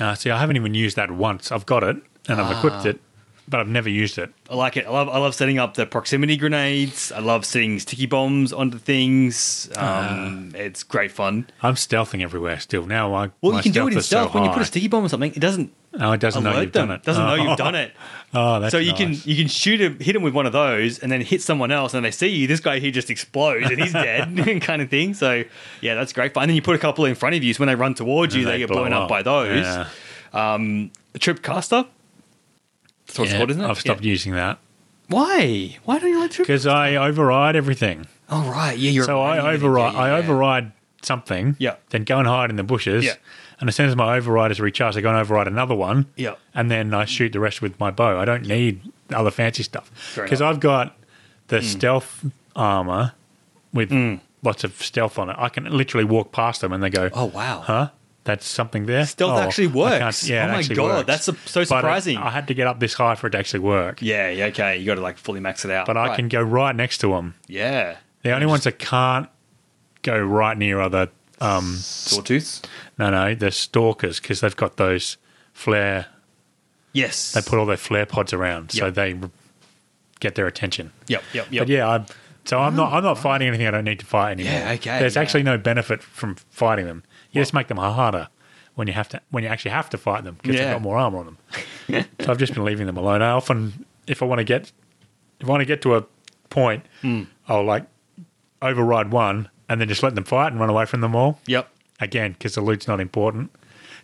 S1: Uh, see, I haven't even used that once. I've got it and I've
S2: Ah.
S1: equipped it, but I've never used it.
S2: I like it. I love. I love setting up the proximity grenades. I love setting sticky bombs onto things.
S1: Ah.
S2: Um, It's great fun.
S1: I'm stealthing everywhere still. Now I
S2: Well,
S1: my
S2: you can do it in
S1: is so
S2: stealth when you put
S1: high.
S2: a sticky bomb or something. It doesn't
S1: Oh, it doesn't know
S2: alert
S1: you've
S2: them.
S1: done it.
S2: Doesn't know
S1: Oh. (laughs)
S2: you've done it.
S1: Oh, that's
S2: so you
S1: nice.
S2: can you can shoot him, hit him with one of those, and then hit someone else, and they see you. This guy here just explodes, and
S1: (laughs)
S2: he's dead, (laughs) kind of thing. So yeah, that's great fun. And then you put a couple in front of you, so when they run towards you,
S1: And
S2: they,
S1: they
S2: get
S1: blow
S2: blown up,
S1: up.
S2: by those.
S1: Yeah.
S2: Um, trip caster. That's what it's
S1: Yeah,
S2: called, isn't it?
S1: I've stopped
S2: Yeah.
S1: using that
S2: Why? Why don't you like trip?
S1: because I override everything.
S2: Oh right, yeah, you're.
S1: So I
S2: right.
S1: override,
S2: Yeah,
S1: I
S2: yeah, yeah.
S1: override something.
S2: E Yeah.
S1: Then go and hide in the bushes.
S2: Yeah.
S1: And as soon as my override is recharged, I go and override another one.
S2: Yeah.
S1: And then I shoot the rest with my bow. I don't need other fancy stuff
S2: Fair
S1: because
S2: enough. Hmm.
S1: I've got the stealth armor with lots of stealth on it. I can literally walk past them and they go,
S2: Oh wow.
S1: huh? That's something there.
S2: Stealth
S1: Oh,
S2: actually
S1: I
S2: works.
S1: can't- Yeah,
S2: oh
S1: it
S2: my
S1: actually
S2: god,
S1: works.
S2: that's so- so
S1: But it-
S2: surprising.
S1: I had to get up this high for it to actually work.
S2: yeah, yeah, okay, you got to like fully max it out.
S1: But I
S2: Right.
S1: can go right next to them.
S2: yeah,
S1: The only ones that can't go right near are the um,
S2: sawtooths.
S1: no, no, the stalkers because they've got those flare.
S2: Yes,
S1: They put all their flare pods around, so
S2: Yep.
S1: they r- get their attention.
S2: Yep, yep, yep.
S1: But yeah, I'm, so I'm not. I'm not fighting anything I don't need to fight anymore.
S2: Yeah, okay,
S1: There's
S2: yeah.
S1: actually no benefit from fighting them. You just make them harder when you have to. When you actually have to fight them because
S2: Yeah.
S1: they've got more armor on them.
S2: (laughs)
S1: so I've just been leaving them alone. I often, if I want to get, if I want to get to a point,
S2: Hmm.
S1: I'll like override one and then just let them fight and run away from them all
S2: Yep.
S1: again because the loot's not important.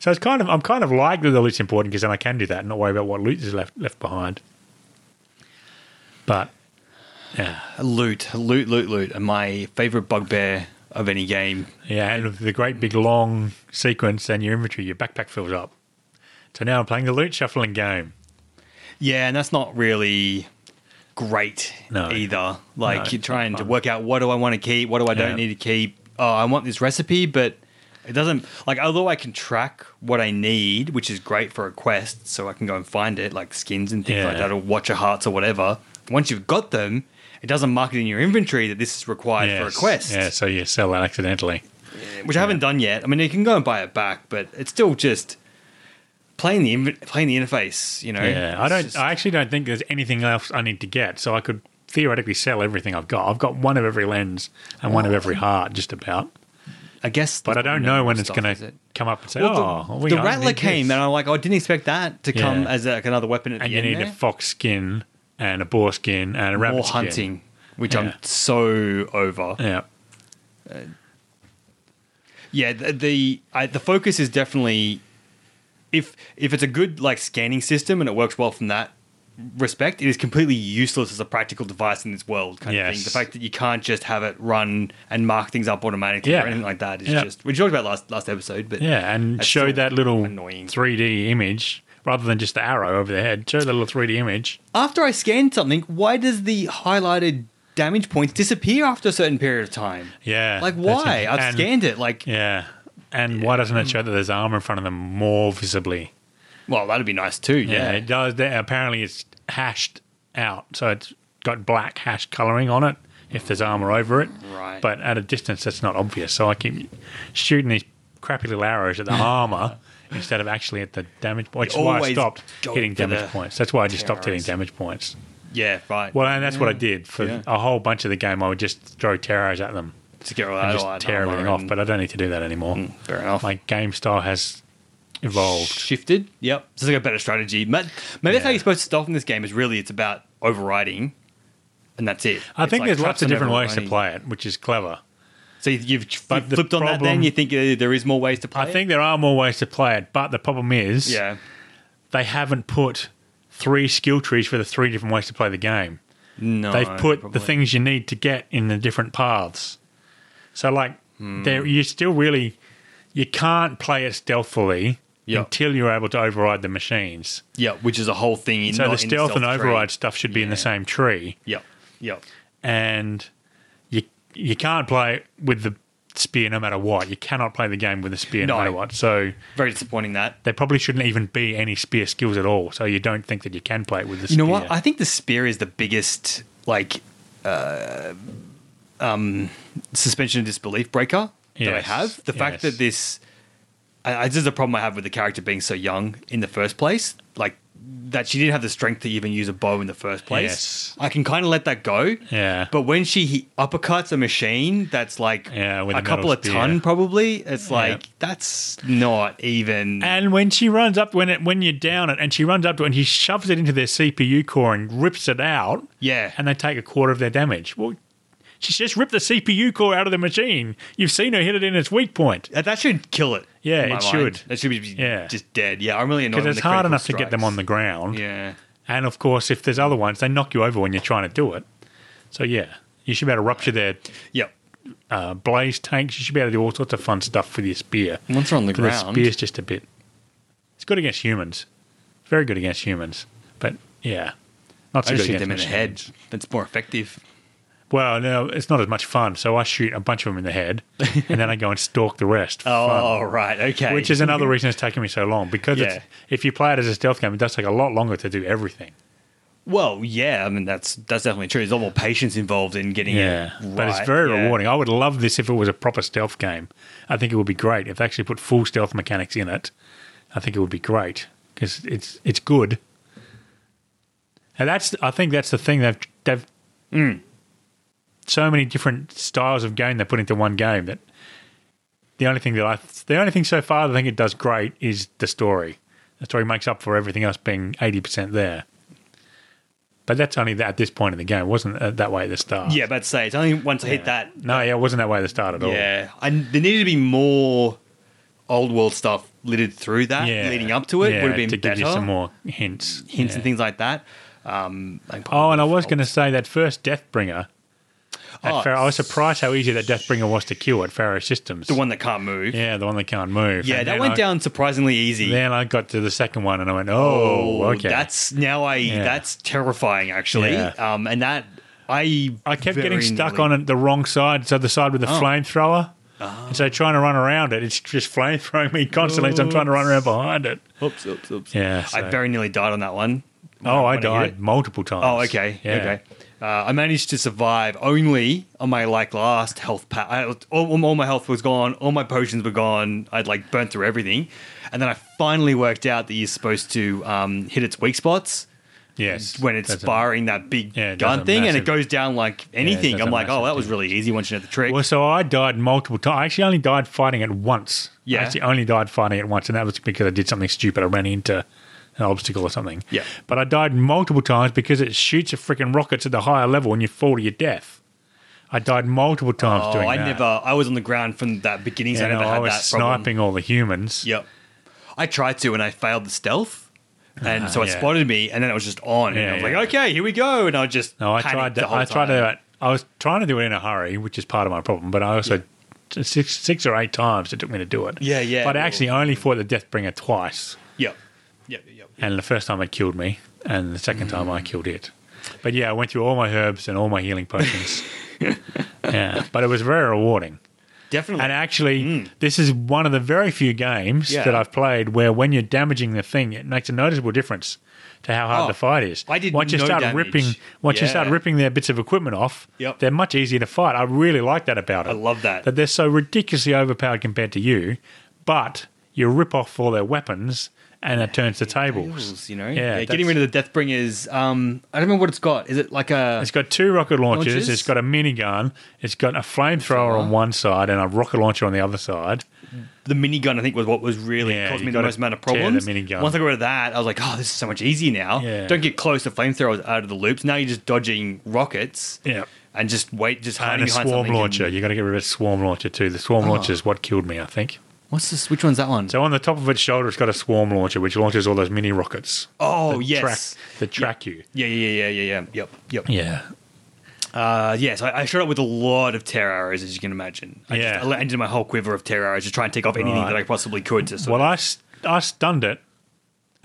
S1: So it's kind of I'm kind of like that the loot's important because then I can do that and not worry about what loot is left left behind. But yeah,
S2: Loot, loot, loot, loot. And my favorite bugbear of any game.
S1: yeah, and with the great big long sequence and your inventory, your backpack fills up. So now I'm playing the loot shuffling game.
S2: Yeah, and that's not really great
S1: No.
S2: either. Like
S1: No,
S2: you're
S1: it's
S2: trying
S1: not
S2: to
S1: fun.
S2: work out what do I want to keep, what do I
S1: Yeah.
S2: don't need to keep. Oh, I want this recipe, but it doesn't like although I can track what I need, which is great for a quest, so I can go and find it, like skins and things like
S1: Yeah.
S2: that, or watcher hearts or whatever. Once you've got them, it doesn't mark it in your inventory that this is required for
S1: Yes.
S2: a quest.
S1: Yeah, so you sell that accidentally.
S2: which I haven't done yet. I mean, you can go and buy it back, but it's still just playing the inv- playing the interface. You know,
S1: Yeah, I
S2: Oh, It's
S1: don't.
S2: just-
S1: I actually don't think there's anything else I need to get, so I could theoretically sell everything I've got. I've got one of every lens and
S2: Oh.
S1: one of every heart, just about.
S2: I guess,
S1: But I don't know when it's
S2: stuff,
S1: going
S2: is
S1: to
S2: it?
S1: come up and say,
S2: Well, the
S1: "Oh, we
S2: the
S1: don't
S2: rattler
S1: need
S2: came,
S1: this."
S2: and I'm like, oh, I didn't expect that to come
S1: Yeah.
S2: as like another weapon at
S1: and
S2: the
S1: you
S2: end.
S1: need
S2: there.
S1: a fox skin and a boar skin and a rabbit
S2: more
S1: skin.
S2: hunting, which
S1: Yeah.
S2: I'm so over.
S1: Yeah,
S2: Yeah, the the, I, the focus is definitely if if it's a good like scanning system and it works well from that respect, it is completely useless as a practical device in this world kind of
S1: Yes.
S2: thing. The fact that you can't just have it run and mark things up automatically
S1: Yeah.
S2: or anything like that is
S1: Yeah.
S2: just we talked about last last episode, but
S1: yeah, and
S2: That's
S1: show
S2: still
S1: that little
S2: annoying.
S1: 3D image rather than just the arrow over their head. Show the little 3D image.
S2: after I scan something, why does the highlighted damage points disappear after a certain period of time?
S1: Yeah,
S2: Like
S1: that's
S2: why?
S1: it.
S2: I've
S1: And-
S2: scanned it. Like
S1: Yeah, and why doesn't it show that there's armor in front of them more visibly?
S2: well, that'd be nice too.
S1: Yeah,
S2: Yeah.
S1: it does. They- apparently, it's hashed out, so it's got black hash coloring on it. if there's armor over it.
S2: Right.
S1: But at a distance, that's not obvious. So I keep shooting these crappy little arrows at
S2: (laughs)
S1: the armor instead of actually at the damage points. That's why I
S2: always
S1: stopped
S2: go
S1: hitting
S2: for
S1: damage
S2: the
S1: points. That's why I just stopped hitting
S2: terrorists.
S1: damage points.
S2: Yeah, right.
S1: Well, and that's what I did for
S2: Yeah.
S1: a whole bunch of the game. I would just throw terrors at them
S2: to get all
S1: and
S2: that oh, all
S1: just
S2: that
S1: tear
S2: armor
S1: everything off.
S2: and
S1: But I don't need to do that anymore.
S2: fair enough.
S1: My game style has evolved.
S2: shifted. Yep. So it's like a better strategy. Ma- Maybe that's how
S1: Yeah.
S2: you're supposed to stealth in this game. Is really it's about overriding, and that's it.
S1: I
S2: It's
S1: think
S2: like
S1: there's
S2: traps
S1: lots of
S2: and
S1: different ways to
S2: overriding.
S1: play it, which is clever.
S2: So you've, you've
S1: But
S2: you've
S1: the
S2: flipped on that. Then
S1: problem-
S2: you think uh, there is more ways to play.
S1: I
S2: it?
S1: think there are more ways to play it, but the problem is
S2: Yeah.
S1: they haven't put three skill trees for the three different ways to play the game.
S2: No.
S1: They've put
S2: probably.
S1: the things you need to get in the different paths. So like
S2: Hmm.
S1: there you still really you can't play it stealthily
S2: Yeah.
S1: until you're able to override the machines.
S2: Yeah, which is a whole thing. in-
S1: So
S2: not
S1: the
S2: in
S1: stealth and
S2: tree.
S1: override stuff should be in the
S2: Yeah.
S1: same tree.
S2: Yep. Yep.
S1: and you you can't play with the spear no matter what. You cannot play the game with the spear no,
S2: No.
S1: matter what. So
S2: Very disappointing that.
S1: there probably shouldn't even be any spear skills at all. So you don't think that you can play it with the
S2: You
S1: spear.
S2: know what? I think the spear is the biggest like uh, um, suspension of disbelief breaker that I
S1: Yes,
S2: have. The
S1: yes.
S2: fact that this, I, I, this is a problem I have with the character being so young in the first place. Like that she didn't have the strength to even use a bow in the first place.
S1: Yes.
S2: I can kind of let that go.
S1: Yeah.
S2: But when she he- uppercuts a machine that's like
S1: Yeah, with
S2: a
S1: a metal
S2: couple of
S1: spear.
S2: ton probably, it's like that's not even.
S1: and when she runs up when it when you're down it and she runs up to it and she shoves it into their CPU core and rips it out.
S2: Yeah.
S1: And they take a quarter of their damage. Well she's just ripped the CPU core out of the machine. You've seen her hit it in its weak point.
S2: Uh, That should kill it.
S1: Yeah,
S2: in my
S1: it should.
S2: That should be be
S1: Yeah.
S2: just dead. Yeah, I'm really annoyed.
S1: Because
S2: when
S1: it's
S2: the
S1: hard
S2: critical
S1: enough to get them on the
S2: strikes-
S1: ground.
S2: Yeah.
S1: And of course, if there's other ones, they knock you over when you're trying to do it. So yeah, you should be able to rupture their
S2: Yep.
S1: uh, blaze tanks. You should be able to do all sorts of fun stuff with your spear.
S2: Once they're on the
S1: But the
S2: ground.
S1: spear's just a bit. It's good against humans. Very good against humans. But yeah, not so
S2: I
S1: good
S2: just shoot
S1: against
S2: them in the head.
S1: machines.
S2: That's more effective.
S1: Well, no, it's not as much fun. So I shoot a bunch of them in the head, and then I go and stalk the rest. for fun.
S2: Oh, right. Okay.
S1: Which is another reason it's taking me so long because it's,
S2: Yeah.
S1: if you play it as a stealth game, it does take a lot longer to do everything.
S2: well, yeah. I mean, that's that's definitely true. There's a lot more patience involved in getting
S1: Yeah,
S2: it.
S1: but it's
S2: right.
S1: very
S2: Yeah.
S1: rewarding. I would love this if it was a proper stealth game. I think it would be great if they actually put full stealth mechanics in it. I think it would be great because it's it's good. And that's I think that's the thing they've they've
S2: Mm.
S1: so many different styles of game they put into one game that the only thing that I the only thing so far that I think it does great is the story. The story makes up for everything else being eighty percent there. But that's only at this point in the game. It wasn't uh, that way at the start.
S2: Yeah, but say it's only once I hit that.
S1: No, yeah, it wasn't that way at the start at all.
S2: Yeah, and there needed to be more old world stuff littered through that,
S1: Yeah.
S2: leading up to it.
S1: Yeah,
S2: Would have been
S1: to
S2: better.
S1: give you some more hints.
S2: hints
S1: Yeah.
S2: and things like that. Um, like
S1: Oh, and I was going to say that first Deathbringer. At
S2: Oh,
S1: Pharaoh, I was surprised how easy that Deathbringer was to kill at Pharaoh Systems.
S2: the one that can't move.
S1: yeah, the one that can't move.
S2: Yeah,
S1: And
S2: that
S1: then
S2: went
S1: I-
S2: down surprisingly easy.
S1: Then I got to the second one, and I went, "Oh, okay."
S2: That's now I. That's terrifying, actually.
S1: Yeah.
S2: Um, and that I.
S1: I kept
S2: very
S1: getting stuck
S2: nearly-
S1: on it the wrong side, so the side with the
S2: Oh. Ah.
S1: flamethrower. And so trying to run around it, it's just flamethrowing me constantly. So I'm trying to run around behind it.
S2: Oops, oops, oops.
S1: Yeah,
S2: I
S1: so-
S2: very nearly died on that one.
S1: Oh, I
S2: When hit it.
S1: died multiple times.
S2: Oh, okay.
S1: Yeah.
S2: Okay. Uh, I managed to survive only on my like last health pack. I, all, all my health was gone. All my potions were gone. I'd like burnt through everything, and then I finally worked out that you're supposed to um, hit its weak spots
S1: Yes.
S2: when it's
S1: That's a-
S2: firing that big
S1: Yeah, it does
S2: gun
S1: a
S2: thing, and it
S1: massive-
S2: goes down like
S1: it
S2: anything.
S1: does
S2: I'm
S1: a
S2: like, oh,
S1: massive
S2: that was really easy once you know the trick.
S1: Well, so I died multiple times. I actually only died fighting it once.
S2: Yeah.
S1: I actually only died fighting it once, and that was because I did something stupid. I ran into an obstacle or something.
S2: Yeah.
S1: But I died multiple times because it shoots a freaking rockets at the higher level and you fall to your death. I died multiple times
S2: Oh,
S1: doing
S2: I
S1: that.
S2: never. I was on the ground from that beginning, so
S1: You
S2: I
S1: know,
S2: never had
S1: I was
S2: that problem.
S1: sniping all the humans.
S2: Yep. I tried to, and I failed the stealth, and so it
S1: Ah, yeah.
S2: spotted me, and then it was just on. and
S1: Yeah,
S2: I was
S1: yeah.
S2: like, okay, here we go, and I just
S1: No, I
S2: panicked
S1: tried.
S2: The
S1: To,
S2: whole
S1: I tried to uh,
S2: time.
S1: do it. I was trying to do it in a hurry, which is part of my problem. But I also six six or eight times it took me to do it.
S2: Yeah, yeah.
S1: But I actually only fought the Deathbringer twice.
S2: Yep. Yep. Yep.
S1: And the first time it killed me, and the
S2: Mm.
S1: second time I killed it. But yeah, I
S2: (laughs)
S1: went through all my herbs and all my healing potions. yeah, but it was very rewarding.
S2: Definitely.
S1: And actually, this is one of the very few games
S2: Mm. Yeah.
S1: that I've played where when you're damaging the thing, it makes a noticeable difference to how hard
S2: Oh,
S1: the fight is.
S2: I did
S1: once you
S2: no
S1: start
S2: damage.
S1: ripping, once you start
S2: Yeah.
S1: ripping their bits of equipment off,
S2: Yep.
S1: they're much easier to fight. I really like that about it.
S2: I love that.
S1: that they're so ridiculously overpowered compared to you, but you rip off all their weapons and it turns the tables.
S2: Tails, you know,
S1: yeah,
S2: getting rid of the Deathbringers. Um, I don't remember what it's got. Is it like a?
S1: It's got two rocket launchers.
S2: Launchers?
S1: It's got a minigun. It's got a flamethrower on one side and a rocket launcher on the other side.
S2: the minigun, I think, was what was really
S1: Yeah,
S2: causing
S1: you
S2: me the
S1: gotta
S2: most amount of
S1: tear the
S2: problems.
S1: minigun.
S2: Once I got rid of that, I was like, oh, this is so much easier now.
S1: Yeah.
S2: Don't get close. The flamethrowers out of the loops. Now you're just dodging rockets.
S1: Yeah.
S2: And just wait, just
S1: And
S2: hiding
S1: a
S2: behind
S1: swarm
S2: something and- Oh.
S1: launcher. you got to get rid of the swarm launcher too. The swarm launcher is what killed me, I think.
S2: What's this? Which one's that one?
S1: So on the top of its shoulder, it's got a swarm launcher, which launches all those mini rockets.
S2: oh
S1: that
S2: yes.
S1: Track, that track you.
S2: Yeah, yeah, yeah, yeah, yeah. Yep, yep.
S1: Yeah.
S2: Uh, yes, yeah, so I, I showed up with a lot of tear arrows, as you can imagine. I
S1: Yeah.
S2: just I ended my whole quiver of tear arrows to try and take off anything
S1: Right.
S2: that I possibly could. To sort
S1: Well,
S2: of-
S1: I, s- I stunned it.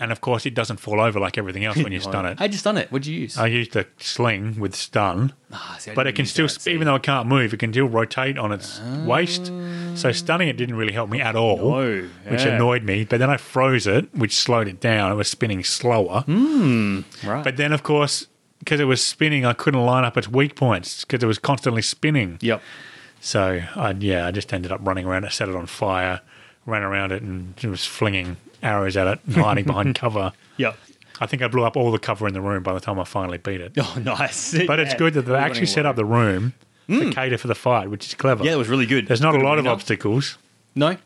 S1: And of course, it doesn't fall over like everything
S2: (laughs)
S1: else when you stun it.
S2: I just done it. What'd you use?
S1: I used the sling with stun.
S2: Ah, see, I
S1: but it
S2: didn't
S1: can
S2: use
S1: still,
S2: that, see.
S1: even though it can't move, it can still rotate on its waist. So stunning it didn't really help me at all,
S2: Ah. No,
S1: which
S2: yeah.
S1: annoyed me. But then I froze it, which slowed it down. It was spinning slower.
S2: Hmm? right.
S1: But then, of course, because it was spinning, I couldn't line up its weak points because it was constantly spinning.
S2: yep.
S1: So, I, yeah, I just ended up running around it, set it on fire, ran around it, and it was flinging arrows at it and hiding
S2: (laughs)
S1: behind cover.
S2: Yep.
S1: I think I blew up all the cover in the room by the time I finally beat it.
S2: Oh, nice.
S1: (laughs) But it's good that they actually set up the room to cater for the fight, which is clever.
S2: Hmm. Yeah, it was really good.
S1: There's not a
S2: Good
S1: lot of
S2: arena.
S1: obstacles.
S2: No.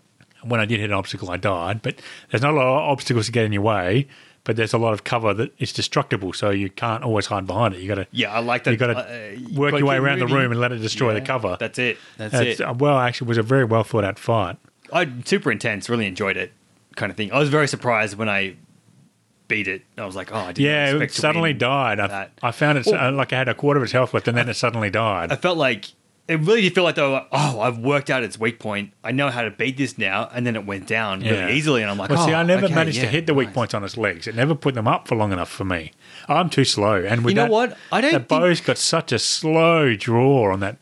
S1: When I did hit an obstacle, I died, but there's not a lot of obstacles to get in your way. But there's a lot of cover that is destructible, so you can't always hide behind it. You got to
S2: Yeah, I like that.
S1: you got to
S2: uh,
S1: work
S2: but
S1: your way
S2: you're
S1: around the
S2: moving.
S1: room and let it destroy the
S2: Yeah,
S1: cover.
S2: That's it. That's,
S1: That's-
S2: it.
S1: uh, well, actually, it was a very well thought out fight.
S2: I super intense. Really enjoyed it, kind of thing. I was very surprised when I beat it. I was like, oh, I didn't
S1: Yeah,
S2: expect
S1: it
S2: to
S1: suddenly
S2: win
S1: died. I,
S2: that.
S1: I found it
S2: Well-
S1: uh, like I had a quarter of its health left, and then it suddenly died.
S2: I felt like it really did feel like though. Oh, I've worked out its weak point. I know how to beat this now, and then it went down
S1: Yeah.
S2: really easily. And I'm like,
S1: Well,
S2: oh,
S1: see, I never
S2: okay,
S1: managed to
S2: yeah,
S1: hit the weak
S2: nice.
S1: points on its legs. It never put them up for long enough for me. I'm too slow. And with
S2: You know
S1: that-
S2: what? I don't
S1: The
S2: think-
S1: bow's got such a slow draw on that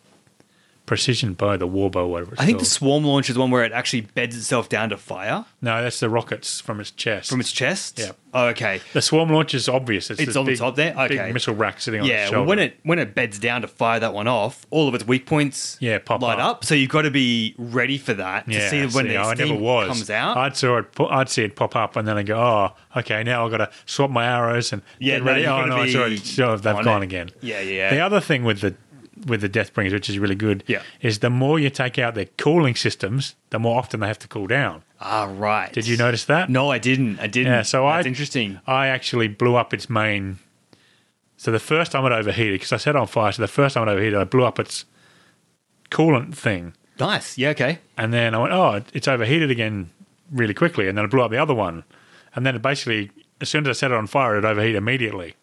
S1: precision bow, the war bow, whatever it's
S2: I think the
S1: called.
S2: swarm launch is one where it actually beds itself down to fire
S1: no, that's the rockets from its chest.
S2: from its chest.
S1: Yeah.
S2: Oh, okay.
S1: the swarm launch is obvious. It's,
S2: It's
S1: this
S2: on the
S1: big-
S2: top there? Okay.
S1: Big missile rack sitting on its
S2: Yeah,
S1: shoulder.
S2: well, when it when it beds down to fire that one off, all of its weak points
S1: Yeah, pop
S2: light
S1: up.
S2: up. So you've got to be ready for that to
S1: yeah,
S2: see when the
S1: I
S2: steam
S1: never was.
S2: comes out.
S1: I'd saw it. pu- I'd see it pop up, and then I go, "Oh, okay, now I've got to swap my arrows and
S2: Yeah,
S1: get
S2: no,
S1: ready."
S2: you've
S1: oh
S2: gotta
S1: no, it's
S2: be
S1: already so they've
S2: on
S1: gone
S2: it.
S1: again.
S2: Yeah, yeah.
S1: The other thing with the with the Deathbringers, which is really good,
S2: Yeah.
S1: is the more you take out their cooling systems, the more often they have to cool down.
S2: ah, right.
S1: Did you notice that?
S2: No, I didn't. I didn't.
S1: Yeah, so
S2: That's
S1: I-
S2: interesting.
S1: I actually blew up its main. So the first time it overheated, because I set it on fire, so the first time it overheated, I blew up its coolant thing.
S2: Nice. Yeah. Okay.
S1: And then I went, oh, it- it's overheated again really quickly. And then I blew up the other one. And then it basically, as soon as I set it on fire, it overheated immediately.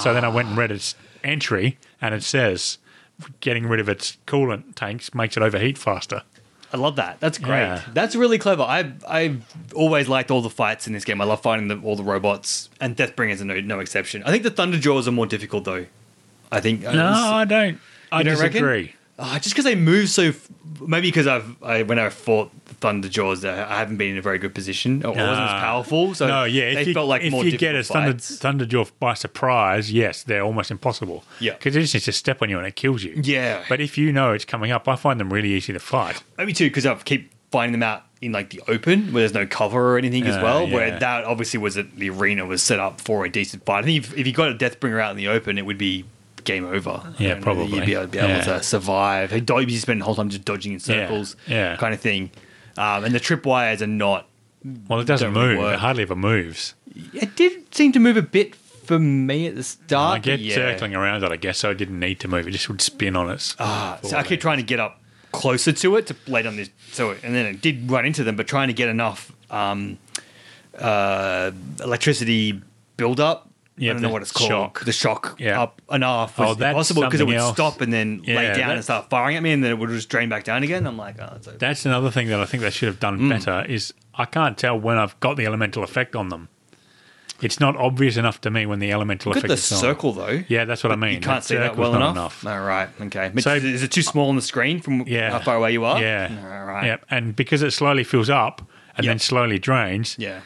S1: so then I went and read its entry, and it says getting rid of its coolant tanks makes it overheat faster.
S2: I love that. That's great.
S1: Yeah.
S2: That's really clever. I I've always liked all the fights in this game. I love fighting the, all the robots, and Deathbringers are no, no exception. I think the Thunderjaws are more difficult though. I think uh,
S1: I don't. I
S2: don't reckon?
S1: disagree.
S2: Ah, just because they move so, f- maybe because I've I, when I fought the Thunderjaws, uh, I haven't been in a very good position. Or I wasn't as
S1: Ah.
S2: powerful, so
S1: no, yeah.
S2: they
S1: If you,
S2: felt like
S1: if
S2: more
S1: you get a
S2: difficult
S1: thunder,
S2: fights.
S1: Thunderjaw by surprise, yes, they're almost impossible.
S2: Yeah.
S1: Because it just needs to step on you and it kills you.
S2: Yeah.
S1: But if you know it's coming up, I find them really easy to fight.
S2: maybe too because I keep finding them out in like the open where there's no cover or anything as
S1: Ah,
S2: well.
S1: yeah.
S2: Where that obviously was that the arena was set up for a decent fight. I think if, if you got a Deathbringer out in the open, it would be game over. I
S1: Yeah,
S2: don't know that
S1: probably.
S2: You'd be able, be
S1: Yeah.
S2: able to survive. He'd do- You'd spend the whole time just dodging in circles,
S1: yeah.
S2: kind of thing. Um, and the tripwires are not.
S1: Well, it doesn't
S2: Don't really
S1: move. It
S2: work.
S1: hardly ever moves.
S2: It did seem to move a bit for me at the start.
S1: I get
S2: but yeah.
S1: circling around it, I guess, so I didn't need to move. It just would spin on its.
S2: Ah, so I keep trying to get up closer to it to lay down this. So and then it did run into them, but trying to get enough um, uh, electricity build up.
S1: Yeah,
S2: I don't know
S1: the
S2: what it's called.
S1: shock.
S2: The shock
S1: Yeah.
S2: up enough
S1: Oh,
S2: was
S1: that's
S2: possible because it
S1: something
S2: would
S1: else.
S2: stop and then
S1: Yeah,
S2: lay down and
S1: that's-
S2: start firing at me, and then it would just drain back down again. I'm like, oh, that's over.
S1: That's another
S2: Mm.
S1: thing that I think they should have done better. Is I can't tell when I've got the elemental effect on them It's not obvious enough to me when the elemental
S2: Look at
S1: effect is
S2: the
S1: on.
S2: circle though.
S1: Yeah, that's what I mean.
S2: You can't see that
S1: circle's
S2: well
S1: not
S2: enough. No, right. Okay. But
S1: So-
S2: is it too small on the screen from
S1: Yeah.
S2: how far away you are?
S1: Yeah.
S2: All right.
S1: Yep. And because it slowly fills up and
S2: Yep.
S1: then slowly drains,
S2: Yeah.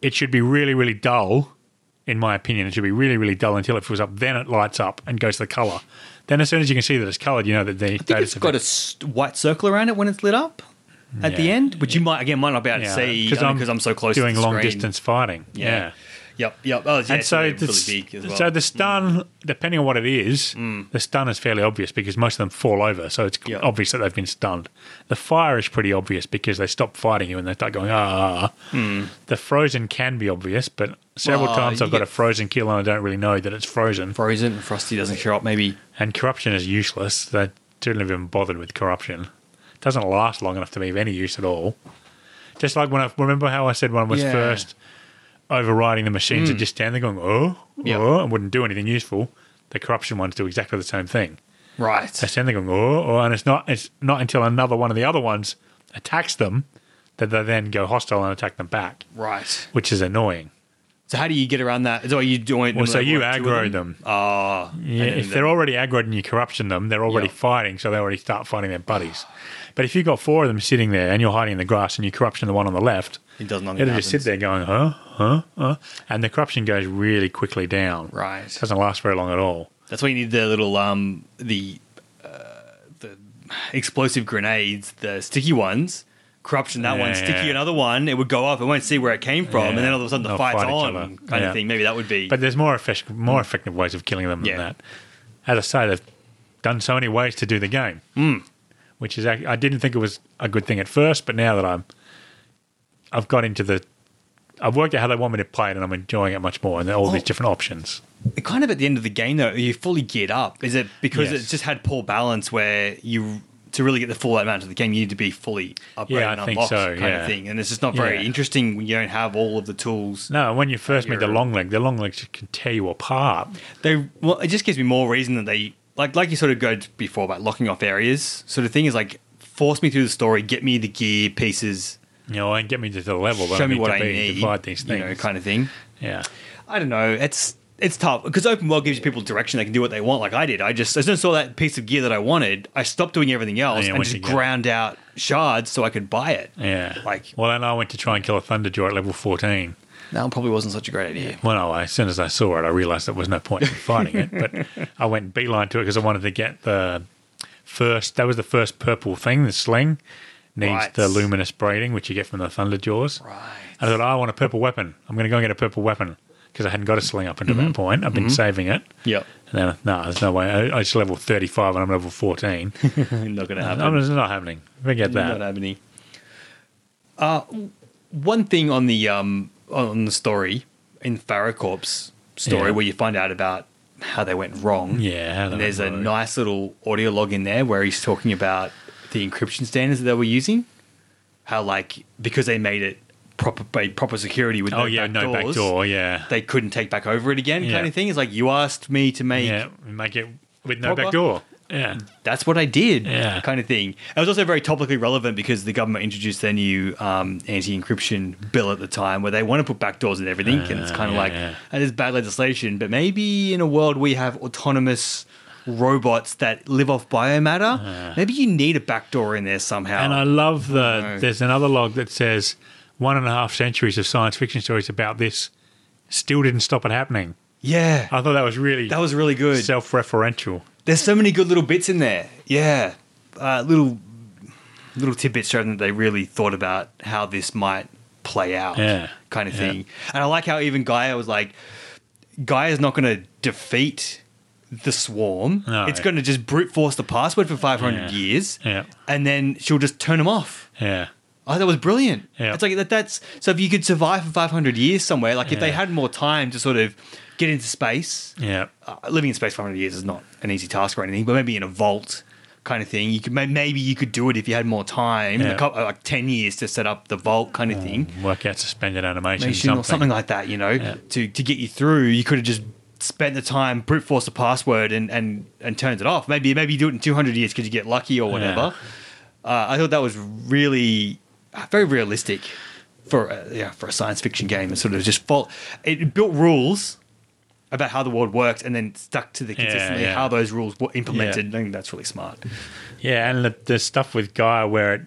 S1: it should be really, really dull, in my opinion. It should be really, really dull until it fills up. Then it lights up and goes to the colour. Then as soon as you can see that it's coloured, you know that the
S2: I think it's got a s- white circle around it when it's lit up at the
S1: Yeah.
S2: end, which you might again might not be able to see because I'm, I'm so close
S1: doing
S2: to the
S1: long
S2: screen.
S1: distance fighting. Yeah.
S2: Yep. Yep. Oh, yeah,
S1: And
S2: it's
S1: so,
S2: really,
S1: the,
S2: really big as well. Mm.
S1: so the stun, depending on what it is, the stun is fairly obvious because most of them fall over, so it's
S2: Yeah.
S1: obvious that they've been stunned. The fire is pretty obvious because they stop fighting you and they start going ah.
S2: Hmm.
S1: The frozen can be obvious, but several
S2: Well,
S1: times I've got
S2: yeah.
S1: a frozen kill and I don't really know that it's frozen.
S2: frozen, frosty doesn't show up. Maybe
S1: And corruption is useless. They shouldn't have even bothered with corruption. It doesn't last long enough to be of any use at all. Just like when I remember how I said when I was
S2: Yeah. Mm.
S1: first overriding the machines that just stand there going, oh,
S2: Yeah.
S1: oh, and wouldn't do anything useful. The corruption ones do exactly the same thing.
S2: right.
S1: They stand there going, oh, oh, and it's not it's not until another one of the other ones attacks them that they then go hostile and attack them back,
S2: Right.
S1: which is annoying.
S2: So how do you get around that? So are you doing?
S1: Well, so
S2: like,
S1: you
S2: what, two
S1: aggro
S2: of
S1: them.
S2: Ah.
S1: Yeah,
S2: and then
S1: if
S2: the-
S1: they're already aggroed and you corruption them, they're already
S2: Yeah.
S1: fighting, so they already start fighting their buddies. But if you've got four of them sitting there and you're hiding in the grass and you corruption the one on the left,
S2: it does not.
S1: it'll just sit there going, huh, huh, huh. And the corruption goes really quickly down.
S2: Right.
S1: It doesn't last very long at all.
S2: That's why you need the little um the uh, the explosive grenades, the sticky ones. Corruption that one,
S1: Yeah,
S2: sticky
S1: yeah.
S2: another one. It would go off. It won't see where it came from, and
S1: Yeah.
S2: then all of a sudden the
S1: They'll
S2: fight's
S1: fight each
S2: on,
S1: other.
S2: kind
S1: Yeah.
S2: of thing. Maybe that would be.
S1: But there's more effective, more effective ways of killing them
S2: Mm. Yeah.
S1: than that. As I say, they've done so many ways to do the game,
S2: Mm.
S1: which is ac- I didn't think it was a good thing at first, but now that I'm, I've got into the, I've worked out how they want me to play it, and I'm enjoying it much more, and all these
S2: Oh.
S1: different options.
S2: kind of at the end of the game though, you're fully geared up. Is it because
S1: Yes.
S2: it just had poor balance where you to really get the full amount of the game, you need to be fully upgraded
S1: Yeah, I
S2: and
S1: think
S2: unlocked
S1: so,
S2: kind of
S1: yeah.
S2: thing. And it's just not very
S1: Yeah.
S2: interesting when you don't have all of the tools.
S1: No, when you first meet the
S2: You're-
S1: long leg, the long legs can tear you apart.
S2: They well, it just gives me more reason that they like like you sort of go to before about locking off areas sort of thing is like force me through the story, get me the gear pieces,
S1: You know, and get me to the level. that
S2: show me
S1: need
S2: what
S1: to
S2: I
S1: be
S2: need,
S1: to fight these
S2: you
S1: things.
S2: know, kind of thing.
S1: yeah,
S2: I don't know. It's it's tough because open world gives people direction. They can do what they want, like I did. I just as soon as I saw that piece of gear that I wanted, I stopped doing everything else
S1: yeah,
S2: and
S1: once
S2: just
S1: you get it.
S2: ground out shards so I could buy it.
S1: yeah.
S2: Like-
S1: well, and I went to try and kill a thunderjaw at level fourteen.
S2: That probably wasn't such a great idea.
S1: Well, no, as soon as I saw it, I realised there was no point in fighting it.
S2: (laughs)
S1: But I went and beeline to it because I wanted to get the first. That was the first purple thing. The sling needs
S2: Right.
S1: the luminous braiding, which you get from the thunder jaws. I
S2: Right.
S1: thought, oh, I want a purple weapon. I'm going to go and get a purple weapon because I hadn't got a sling up until
S2: Mm-hmm.
S1: that point. I've been saving it.
S2: (laughs) Yep. (laughs)
S1: And then, no, there's no way. I, I just level 35 and I'm level
S2: (laughs)
S1: 14.
S2: not gonna happen.
S1: Uh, I'm just not happening. Forget that.
S2: Not have any. Uh, w- one thing on the um, on the story in Farrakorp's story
S1: Yeah.
S2: where you find out about how they went wrong.
S1: Yeah, how they
S2: and there's a
S1: went wrong.
S2: nice little audio log in there where he's talking about the encryption standards that they were using. How like because they made it proper made proper security with
S1: Oh,
S2: no
S1: yeah,
S2: back
S1: no back
S2: doors,
S1: door. Yeah.
S2: They couldn't take back over it again,
S1: Yeah.
S2: kind of thing. It's like you asked me to make
S1: Yeah. Make it with no
S2: Proper-
S1: back door. Yeah.
S2: that's what I did,
S1: Yeah.
S2: kind of thing. It was also very topically relevant because the government introduced their new um, anti-encryption bill at the time, where they want to put backdoors and everything, and it's
S1: Ah,
S2: kind of
S1: yeah,
S2: like
S1: yeah.
S2: that is bad legislation. But maybe in a world we have autonomous robots that live off biomatter, maybe you need a backdoor in there somehow.
S1: Ah. And I love the.
S2: Oh, no.
S1: There's another log that says one and a half centuries of science fiction stories about this still didn't stop it happening.
S2: yeah,
S1: I thought that was really
S2: that was really good.
S1: self-referential.
S2: There's so many good little bits in there. Yeah, uh, little little tidbits showing that they really thought about how this might play out,
S1: Yeah.
S2: kind of
S1: Yeah.
S2: thing. And I like how even Gaia was like, Gaia's not going to defeat the swarm.
S1: No.
S2: It's going to just brute force the password for
S1: Yeah.
S2: 500 years,
S1: Yeah.
S2: and then she'll just turn them off.
S1: Yeah.
S2: Oh, that was brilliant.
S1: Yeah.
S2: It's like that. That's so. If you could survive for 500 years somewhere, like if they
S1: Yeah.
S2: had more time to sort of get into space,
S1: Yeah.
S2: uh, living in space for 100 years is not an easy task or anything, but maybe in a vault kind of thing, you could may- maybe you could do it if you had more time,
S1: Yeah.
S2: a couple, like 10 years to set up the vault kind of thing,
S1: Work out suspended animation.
S2: Maybe
S1: something.
S2: or something like that, you know,
S1: Yeah.
S2: to to get you through. You could have just spent the time brute force the password and and and turned it off. Maybe maybe you do it in 200 years because you get lucky or whatever. Uh, I thought that was really uh, very realistic. for a, yeah for a science fiction game. It sort of just fol- it built rules about how the world works and then stuck to the consistently
S1: yeah.
S2: how those rules were implemented. I think that's really smart.
S1: Yeah, and the, the stuff with Gaia where it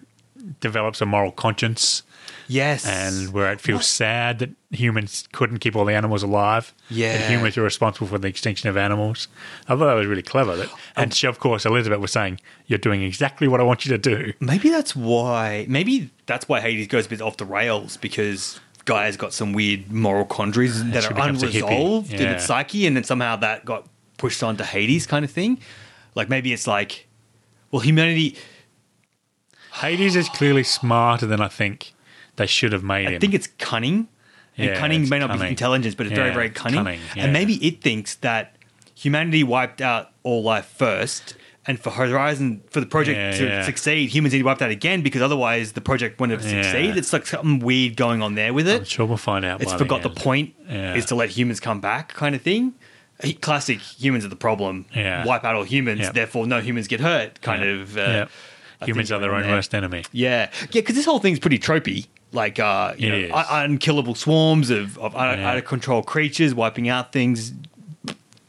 S1: develops a moral conscience
S2: Yes,
S1: and where it feels sad that humans couldn't keep all the animals alive.
S2: Yeah.
S1: That humans were responsible for the extinction of animals. I thought that was really clever. That, and
S2: Um,
S1: she, of course, Elizabeth was saying, You're doing exactly what I want you to do.
S2: maybe that's why. Maybe that's why Hades goes a bit off the rails because Gaia's got some weird moral quandaries that
S1: she
S2: are
S1: becomes a hippie.
S2: unresolved in
S1: Yeah.
S2: its psyche, and then somehow that got pushed onto Hades, kind of thing. Like maybe it's like, well, humanity.
S1: Hades is clearly smarter than I think they should have made him.
S2: I think it's cunning. And
S1: Yeah,
S2: cunning
S1: it's
S2: may not be
S1: cunning.
S2: intelligence, but it's
S1: Yeah,
S2: very, very
S1: it's
S2: cunning.
S1: cunning, yeah.
S2: And maybe it thinks that humanity wiped out all life first. And for Horizon, for the project
S1: Yeah,
S2: to
S1: yeah.
S2: succeed, humans need to wipe out again because otherwise the project wouldn't have
S1: Yeah.
S2: succeeded. It's like something weird going on there with it.
S1: I'm sure we'll find out.
S2: it's
S1: by
S2: forgot the
S1: end.
S2: point
S1: Yeah.
S2: is to let humans come back, kind of thing. He- Classic humans are the problem.
S1: Yeah.
S2: Wipe out all humans,
S1: Yep.
S2: therefore no humans get hurt, kind
S1: Yeah.
S2: of. Uh,
S1: Yeah.
S2: I
S1: Humans
S2: think
S1: are their
S2: we're
S1: own
S2: in there.
S1: worst enemy.
S2: Yeah, yeah, because this whole thing's pretty tropey. Like, uh, you
S1: It
S2: know,
S1: is.
S2: un- unkillable swarms of, of out,
S1: Yeah.
S2: out of control creatures wiping out things.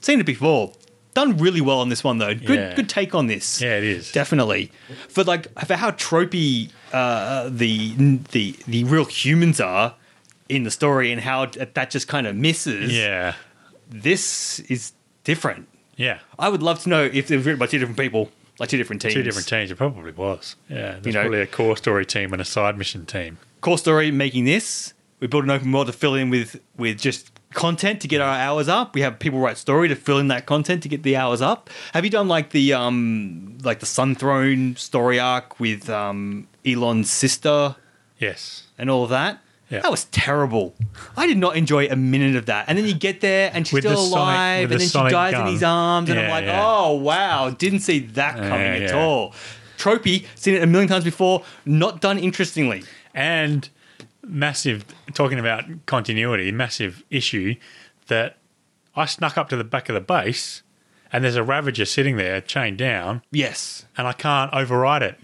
S2: Seen it before. Done really well on this one though. Good,
S1: Yeah.
S2: good take on this.
S1: Yeah, it is.
S2: Definitely, for like for how tropey uh, the the the real humans are in the story, and how that just kind of misses.
S1: Yeah.
S2: this is different.
S1: Yeah.
S2: I would love to know if it was written by two different people, like two different teams.
S1: Two different teams. It probably was. Yeah. There's
S2: You know-
S1: probably a core story team and a side mission team.
S2: core story making this. We built an open world to fill in with with just content to get our hours up. We have people write story to fill in that content to get the hours up. Have you done like the um like the Sun Throne story arc with um Elon's sister
S1: Yes.
S2: and all of that?
S1: Yeah.
S2: That was terrible. I did not enjoy a minute of that. And then you get there and she's
S1: With the
S2: still
S1: Sonic-
S2: alive
S1: with the
S2: and then she
S1: Sonic
S2: dies
S1: gun.
S2: in his arms and I'm
S1: Yeah,
S2: like,
S1: yeah.
S2: "Oh, wow, didn't see that
S1: Yeah,
S2: coming at
S1: yeah.
S2: all." Tropey, seen it a million times before, not done interestingly.
S1: and massive talking about continuity, massive issue that I snuck up to the back of the base and there's a Ravager sitting there chained down
S2: Yes.
S1: and I can't override it.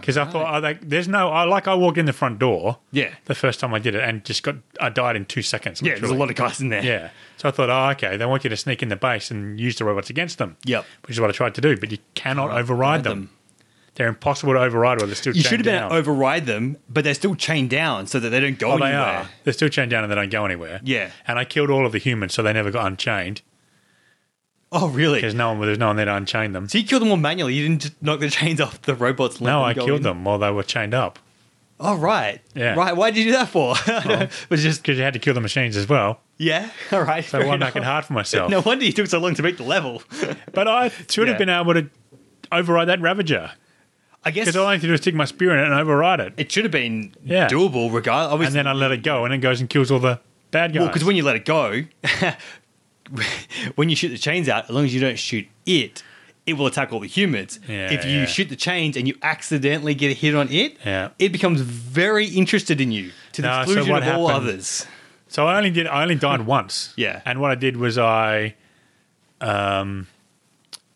S1: Because I thought, oh, like, there's no, I like I walked in the front door
S2: Ah, Yeah.
S1: the first time I did it and just got, I died in two seconds.
S2: Yeah, there's a
S1: literally.
S2: lot of guys in there.
S1: Yeah. So I thought, oh, okay, they want you to sneak in the base and use the robots against them.
S2: Yep.
S1: Which is what I tried to do, but you cannot override them. They're impossible to override while they're still
S2: You
S1: chained
S2: should have been able
S1: down.
S2: to override them, but they're still chained down so that they don't go
S1: Oh,
S2: anywhere.
S1: they are. They're still chained down and they don't go anywhere.
S2: Yeah.
S1: And I killed all of the humans, so they never got unchained
S2: Oh, really?
S1: because no one, there's no one there to unchain them.
S2: So you killed them all manually. You didn't just knock the chains off the robots. and let
S1: No,
S2: them
S1: I
S2: go
S1: killed
S2: in?
S1: them while they were chained up
S2: Oh, right.
S1: Yeah. Oh.
S2: Right. Why did you do that for? (laughs) it
S1: (laughs)
S2: was just,
S1: because you had to kill the machines as well.
S2: yeah. All right.
S1: So why make it hard for myself?
S2: No wonder you took so long to make the level.
S1: But I should
S2: Yeah.
S1: have been able to override that Ravager
S2: I guess
S1: because all I need to do is stick my spear in it and override it,
S2: it should have been
S1: Yeah.
S2: doable regardless.
S1: and then I let it go, and it goes and kills all the bad guys.
S2: Well, because when you let it go, (laughs) when you shoot the chains out, as long as you don't shoot it, it will attack all the humans.
S1: Yeah,
S2: if you
S1: yeah.
S2: shoot the chains and you accidentally get a hit on it,
S1: Yeah.
S2: it becomes very interested in you to the
S1: No, so
S2: exclusion
S1: what
S2: of all
S1: happened-
S2: others.
S1: So I only did. I only
S2: (laughs)
S1: died once.
S2: Yeah.
S1: And what I did was I, um,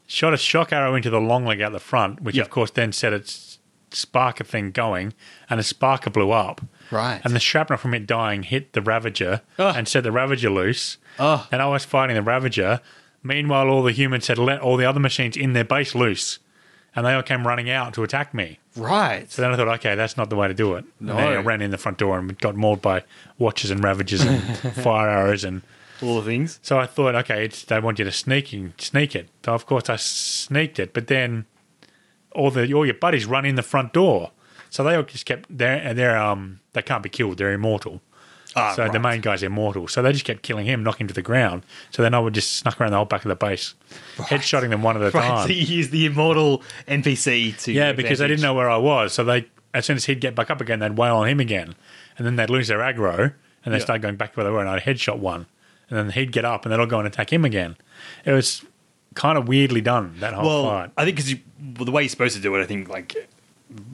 S1: shot a shock arrow into the long leg out the front, which
S2: Yeah.
S1: of course then set its sparker thing going, and the sparker blew up.
S2: Right.
S1: And the shrapnel from it dying hit the Ravager
S2: Ugh.
S1: and set the Ravager loose.
S2: Ugh.
S1: And I was fighting the Ravager. Meanwhile, all the humans had let all the other machines in their base loose, and they all came running out to attack me.
S2: Right.
S1: So then I thought, okay, that's not the way to do it.
S2: No.
S1: And then I ran in the front door and got mauled by watches and ravages
S2: (laughs)
S1: and fire arrows. And
S2: All the things.
S1: so I thought, okay, it's, they want you to sneaking, sneak it. So of course I sneaked it, but then all the all your buddies run in the front door. So they all just kept they're, they're um they can't be killed. They're immortal.
S2: Ah,
S1: so the
S2: right.
S1: main guy's immortal. So they just kept killing him, knocking him to the ground. So then I would just snuck around the whole back of the base, headshotting them one at a
S2: (laughs) (laughs) Right.
S1: time.
S2: So you use the immortal NPC to.
S1: Yeah, because they didn't know where I was. So they, as soon as he'd get back up again, they'd wail on him again, and then they'd lose their aggro, and they
S2: Yeah.
S1: would start going back to where they were, and I'd headshot one, and then he'd get up, and they'd all go and attack him again. It was kind of weirdly done that whole
S2: Well,
S1: fight.
S2: I think because well, the way you're supposed to do it, I think like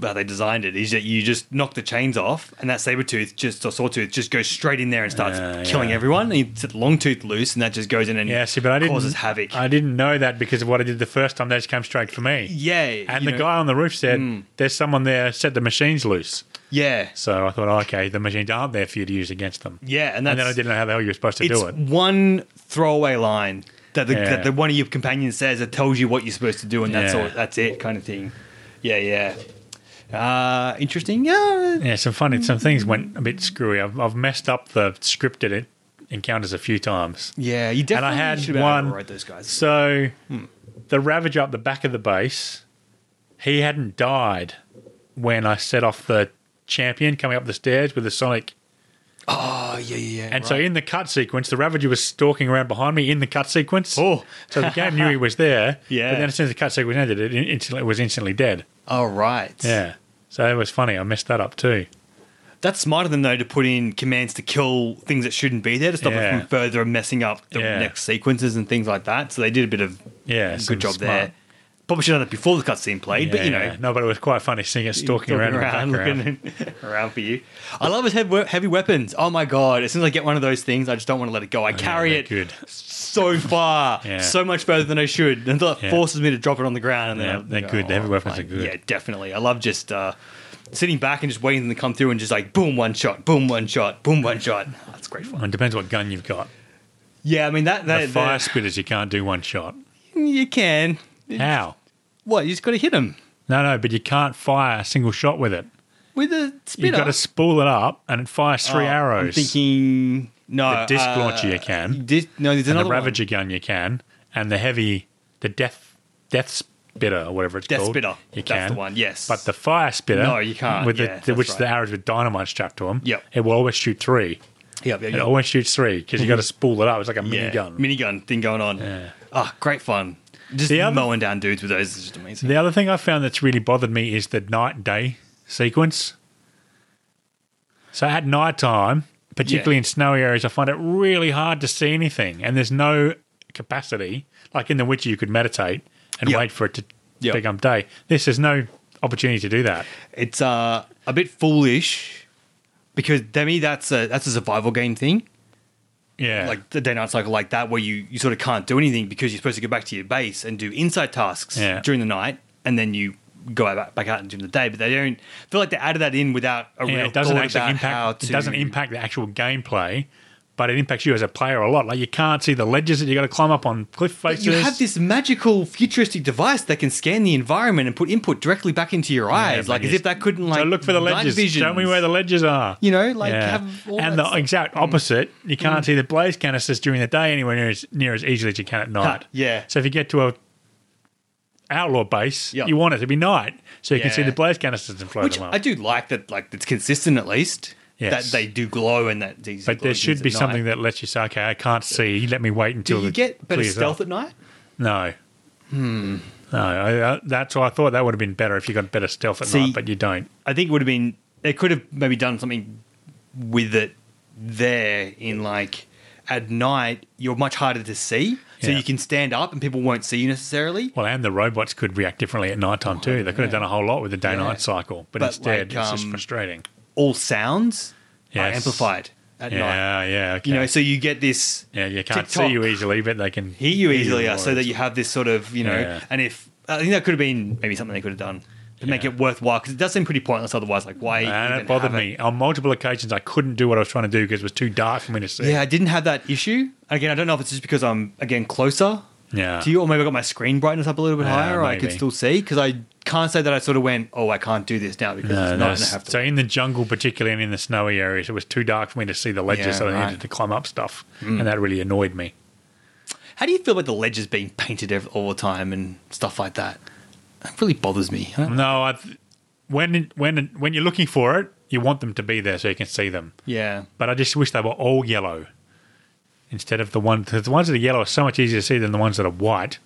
S2: how they designed it is that you just knock the chains off, and that saber tooth just or sawtooth just goes straight in there and starts
S1: Yeah,
S2: killing
S1: yeah.
S2: everyone. And you set the long tooth loose, and that just goes in and
S1: Yeah, see, but I didn't.
S2: causes havoc.
S1: I didn't know that because of what I did the first time. They just came straight for me.
S2: yeah,
S1: And
S2: you
S1: the
S2: know, mm.
S1: guy on the roof said, "There's someone there. Set the machines loose."
S2: Yeah.
S1: So I thought, "Oh, okay, the machines aren't there for you to use against them.
S2: Yeah, and that's
S1: And then I didn't know how the hell you were supposed to
S2: it's
S1: do it.
S2: one throwaway line that the,
S1: Yeah.
S2: that the one of your companions says that tells you what you're supposed to do, and that's
S1: Yeah.
S2: all. That's it, kind of thing. Yeah, yeah. Uh, interesting. Yeah.
S1: Yeah, some funny,
S2: Mm.
S1: some things went a bit screwy. I've, I've messed up the scripted it, encounters a few times.
S2: Yeah, you
S1: And
S2: definitely
S1: I had
S2: should have
S1: one.
S2: override those guys.
S1: So
S2: Hmm.
S1: the Ravager up the back of the base, he hadn't died when I set off the champion coming up the stairs with the Sonic.
S2: Oh yeah, yeah. yeah
S1: And so in the cut sequence, the Ravager was stalking around behind me in the cut sequence.
S2: Oh.
S1: So the game knew he was there.
S2: (laughs) Yeah.
S1: But then as soon as the cut sequence ended, it, in- instantly, it was instantly dead.
S2: all Oh, right.
S1: Yeah. So it was funny. I messed that up too.
S2: That's smart of them though to put in commands to kill things that shouldn't be there to stop
S1: Yeah.
S2: it from further messing up the
S1: Yeah.
S2: next sequences and things like that. So they did a bit of
S1: Yeah. some
S2: good job
S1: smart-
S2: there. Probably should have done that before the cutscene played, but you know,
S1: Yeah. no, but it was quite funny seeing it stalking around, in the background. (laughs)
S2: looking around for you. I love his heavy, heavy weapons. Oh my god! As soon as I get one of those things, I just don't want to let it go. I carry
S1: Oh, they're
S2: it
S1: good.
S2: so far,
S1: (laughs) Yeah.
S2: so much further than I should, until it
S1: Yeah.
S2: forces me to drop it on the ground. And then
S1: Yeah,
S2: I'll
S1: they're
S2: go,
S1: good. The heavy
S2: oh,
S1: weapons are
S2: fine.
S1: good.
S2: Yeah, definitely. I love just uh, sitting back and just waiting them to come through and just like boom, one shot, boom, one shot, boom, one shot. That's great fun.
S1: It depends what gun you've got.
S2: Yeah, I mean
S1: The
S2: that that,
S1: fire
S2: that
S1: spitters, you can't do one shot.
S2: you can.
S1: How?
S2: What you just got to hit them
S1: No, no, but you can't fire a single shot with it.
S2: with a spitter.
S1: You've got to spool it up and it fires three
S2: Oh, I'm
S1: arrows.
S2: thinking no
S1: the disc
S2: uh,
S1: launcher you can,
S2: Dis- no, there's
S1: and the
S2: another one.
S1: Ravager gun you can, and the heavy, the death, death spitter or whatever it's
S2: Death
S1: called.
S2: spitter.
S1: You
S2: That's
S1: can.
S2: the one, yes.
S1: But the fire spitter.
S2: No, you can't,
S1: With
S2: yeah,
S1: the,
S2: that's
S1: which
S2: right.
S1: the arrows with dynamite strapped to them.
S2: Yep.
S1: It will always shoot three.
S2: Yep, yep,
S1: It
S2: yep.
S1: always shoots three because
S2: (laughs)
S1: you got to spool it up. It's like a mini
S2: yeah,
S1: gun.
S2: minigun thing going on.
S1: Yeah.
S2: Ah, great fun. Just
S1: The other-
S2: mowing down dudes with those is just amazing.
S1: The other thing I found that's really bothered me is the night and day sequence. So at night time, particularly
S2: Yeah.
S1: in snowy areas, I find it really hard to see anything, and there's no capacity. Like in The Witcher, you could meditate and
S2: Yep.
S1: wait for it to
S2: Yep.
S1: become day. This is no opportunity to do that.
S2: It's uh, a bit foolish because to me that's a that's a survival game thing,
S1: Yeah,
S2: like the day night cycle like that, where you you sort of can't do anything because you're supposed to go back to your base and do inside tasks
S1: Yeah.
S2: during the night, and then you go back, back out during the day. But they don't I feel like they added that in without a
S1: yeah,
S2: real
S1: it doesn't
S2: thought
S1: actually
S2: about how
S1: impact.
S2: to.
S1: It doesn't impact the actual gameplay. But it impacts you as a player a lot. Like you can't see the ledges that you got to climb up on cliff faces.
S2: You have this magical futuristic device that can scan the environment and put input directly back into your eyes,
S1: but
S2: like as
S1: yes.
S2: if that couldn't like
S1: So look for the
S2: night
S1: ledges.
S2: visions.
S1: Show me where the ledges are.
S2: You know, like, have all
S1: and
S2: that
S1: the
S2: stuff. Mm.
S1: exact opposite. You can't see the blaze canisters during the day anywhere near as near as easily as you can at night.
S2: yeah.
S1: So if you get to a outlaw base,
S2: Yeah.
S1: you want it to be night so you can see
S2: Yeah.
S1: the blaze canisters and float
S2: which
S1: them up.
S2: I do like that. Like it's consistent at least
S1: Yes.
S2: that they do glow and that these.
S1: but there should be something that lets you say, "Okay, I can't see. Let me wait until
S2: Do you
S1: it
S2: get better
S1: clears
S2: stealth
S1: Up.
S2: at night?
S1: No. Hmm. No, I, I, that's why I thought that would have been better if you got better stealth at
S2: See-
S1: night, but you don't.
S2: I think it would have been. They could have maybe done something with it there in like at night. You're much harder to see, so
S1: Yeah.
S2: you can stand up and people won't see you necessarily.
S1: Well, and the robots could react differently at night time too. They could have done a whole lot with the day
S2: Oh, Yeah.
S1: night cycle, but,
S2: But,
S1: instead
S2: like,
S1: it's just
S2: um,
S1: frustrating.
S2: All sounds are
S1: Yes.
S2: amplified at
S1: Yeah,
S2: night.
S1: yeah, okay.
S2: You know, so you get this
S1: yeah, you can't
S2: TikTok.
S1: see you e- easily, but they can
S2: hear you easily,
S1: more.
S2: so that you have this sort of you know.
S1: Yeah.
S2: And if I think that could have been maybe something they could have done to make
S1: Yeah.
S2: it worthwhile because it does seem pretty pointless otherwise. Like why?
S1: and
S2: even
S1: it bothered
S2: have
S1: me on multiple occasions. I couldn't do what I was trying to do because it was too dark for me to see.
S2: Yeah, I didn't have that issue. Again, I don't know if it's just because I'm again closer
S1: yeah.
S2: to you, or maybe I got my screen brightness up a little bit
S1: Yeah,
S2: higher. Or I could
S1: maybe.
S2: still see because I can't say that I sort of went, oh, I can't do this now because
S1: No, no,
S2: it's not. And I
S1: s-
S2: have to.
S1: so in the jungle, particularly and in the snowy areas, it was too dark for me to see the ledges,
S2: Yeah,
S1: so I
S2: right. Mm.
S1: needed to climb up stuff, and that really annoyed me.
S2: How do you feel about the ledges being painted ev- all the time and stuff like that? That really bothers me. I don't-
S1: No, I th- when when when you're looking for it, you want them to be there so you can see them.
S2: Yeah.
S1: but I just wish they were all yellow instead of the one. 'cause The ones that are yellow are so much easier to see than the ones that are white.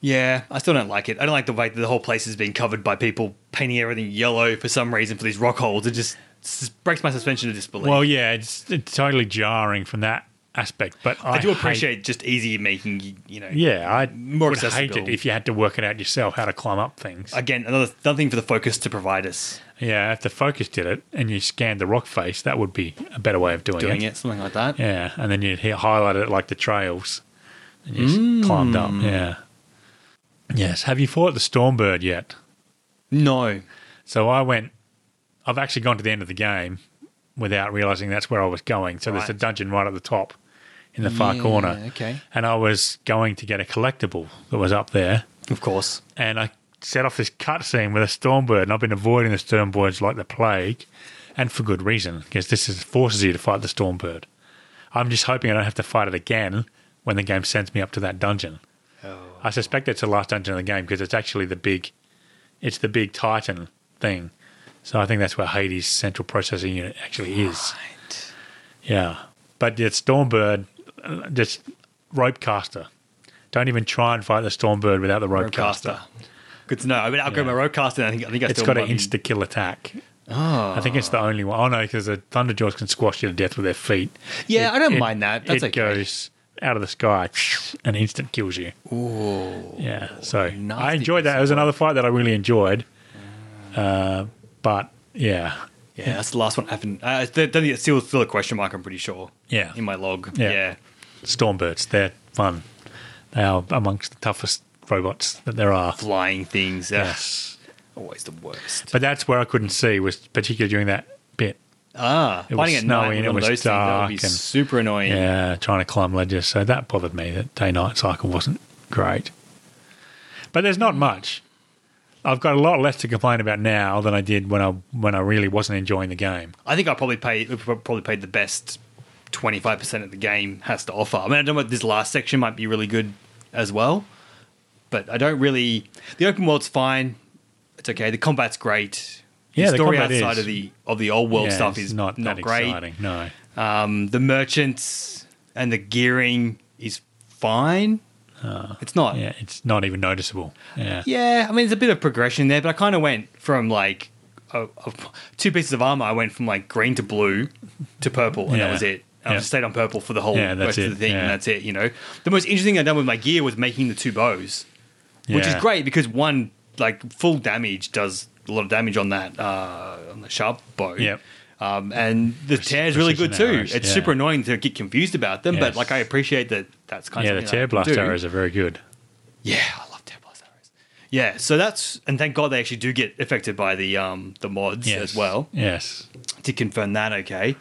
S2: Yeah, I still don't like it. I don't like the way that the whole place is being covered by people painting everything yellow for some reason for these rock holes. It just s- breaks my suspension of disbelief.
S1: Well, yeah, it's, it's totally jarring from that aspect. But I,
S2: I, do
S1: hate-
S2: appreciate just easy making, y- you know.
S1: yeah, I
S2: More
S1: would hate it
S2: accessible.
S1: if you had to work it out yourself how to climb up things.
S2: Again, another, another thing for the focus to provide us
S1: yeah, if the focus did it and you scanned the rock face, that would be a better way of doing,
S2: doing it, something like that.
S1: Yeah, and then you'd hit, highlight it like the trails, and you
S2: Mm.
S1: just climbed up. Yeah. Yes. Have you fought the Stormbird yet?
S2: No.
S1: So I went, I've actually gone to the end of the game without realizing that's where I was going. So there's a
S2: Right.
S1: dungeon right at the top in the far
S2: Yeah,
S1: corner.
S2: okay.
S1: And I was going to get a collectible that was up there.
S2: Of course.
S1: And I set off this cutscene with a Stormbird. And I've been avoiding the Stormbirds like the plague. And for good reason, because this is, forces you to fight the Stormbird. I'm just hoping I don't have to fight it again when the game sends me up to that dungeon. I suspect it's the last dungeon of the game because it's actually the big, it's the big Titan thing. So I think that's where Hades' central processing unit actually is.
S2: Right.
S1: Yeah, but yeah, Stormbird, uh, just rope caster. Don't even try and fight the Stormbird without the rope, caster.
S2: Roadcaster. Good to know. I mean, I'll go my roadcaster. And I think I think I
S1: It's
S2: still Ah.
S1: got an
S2: might be-
S1: insta kill attack. I think it's the only one. Oh no, because the Thunderjaws can squash you to death with their feet.
S2: Yeah,
S1: It-
S2: I don't
S1: it-
S2: mind that. That's
S1: it
S2: okay.
S1: goes out of the sky and instant kills you.
S2: Ooh.
S1: Yeah, so I
S2: nasty
S1: enjoyed that. It was another fight that I really enjoyed.
S2: Ah.
S1: Uh, but yeah,
S2: Yeah, that's the last one. I haven't. Uh, th- th- it's still still a question mark. I'm pretty sure.
S1: Yeah.
S2: in my log.
S1: Yeah.
S2: Yeah,
S1: Stormbirds, they're fun. They are amongst the toughest robots that there are.
S2: flying things. uh,
S1: Yes.
S2: always the worst.
S1: But that's where I couldn't see was particularly during that bit.
S2: ah,
S1: was
S2: fighting at
S1: snowy
S2: night with
S1: and it
S2: one of
S1: was
S2: those things that would be
S1: dark and-
S2: super annoying.
S1: Yeah, uh, trying to climb ledges. So that bothered me. That day night cycle wasn't great. But there's not much. I've got a lot less to complain about now than I did when I when I really wasn't enjoying the game.
S2: I think I probably paid probably paid the best twenty five percent of the game has to offer. I mean, I don't know what this last section might be really good as well, but I don't really. The open world's fine. It's okay. The combat's great.
S1: Yeah, the
S2: the story
S1: combat
S2: outside
S1: is.
S2: of the of the old world
S1: Yeah,
S2: stuff
S1: it's
S2: is not,
S1: that
S2: great.
S1: exciting. No.
S2: Um, the merchants and the gearing is fine. it's not.
S1: Yeah, it's not even noticeable. Yeah.
S2: Yeah, I mean, there's a bit of progression there, but I kind of went from like a, a, two pieces of armor. I went from like green to blue to purple, and
S1: Yeah.
S2: that was it. I
S1: Yeah.
S2: just stayed on purple for the whole
S1: Yeah, that's
S2: rest
S1: it.
S2: of the thing,
S1: Yeah.
S2: and that's it. You know, the most interesting thing I've done with my gear was making the two bows, which is
S1: Yeah.
S2: great because one like full damage does a lot of damage on that uh, on the sharp bow.
S1: Yep.
S2: Um, and the tear is really
S1: precision
S2: good too.
S1: arrows,
S2: it's
S1: yeah.
S2: super annoying to get confused about them,
S1: Yes.
S2: but like I appreciate that. That's kind
S1: Yeah,
S2: of
S1: the
S2: something that I
S1: tear
S2: can
S1: blast
S2: do.
S1: arrows are very good.
S2: Yeah, I love Dead Blast Arrows. Yeah, so that's and thank God they actually do get affected by the um the mods
S1: Yes.
S2: as well
S1: Yes.
S2: to confirm that. Okay,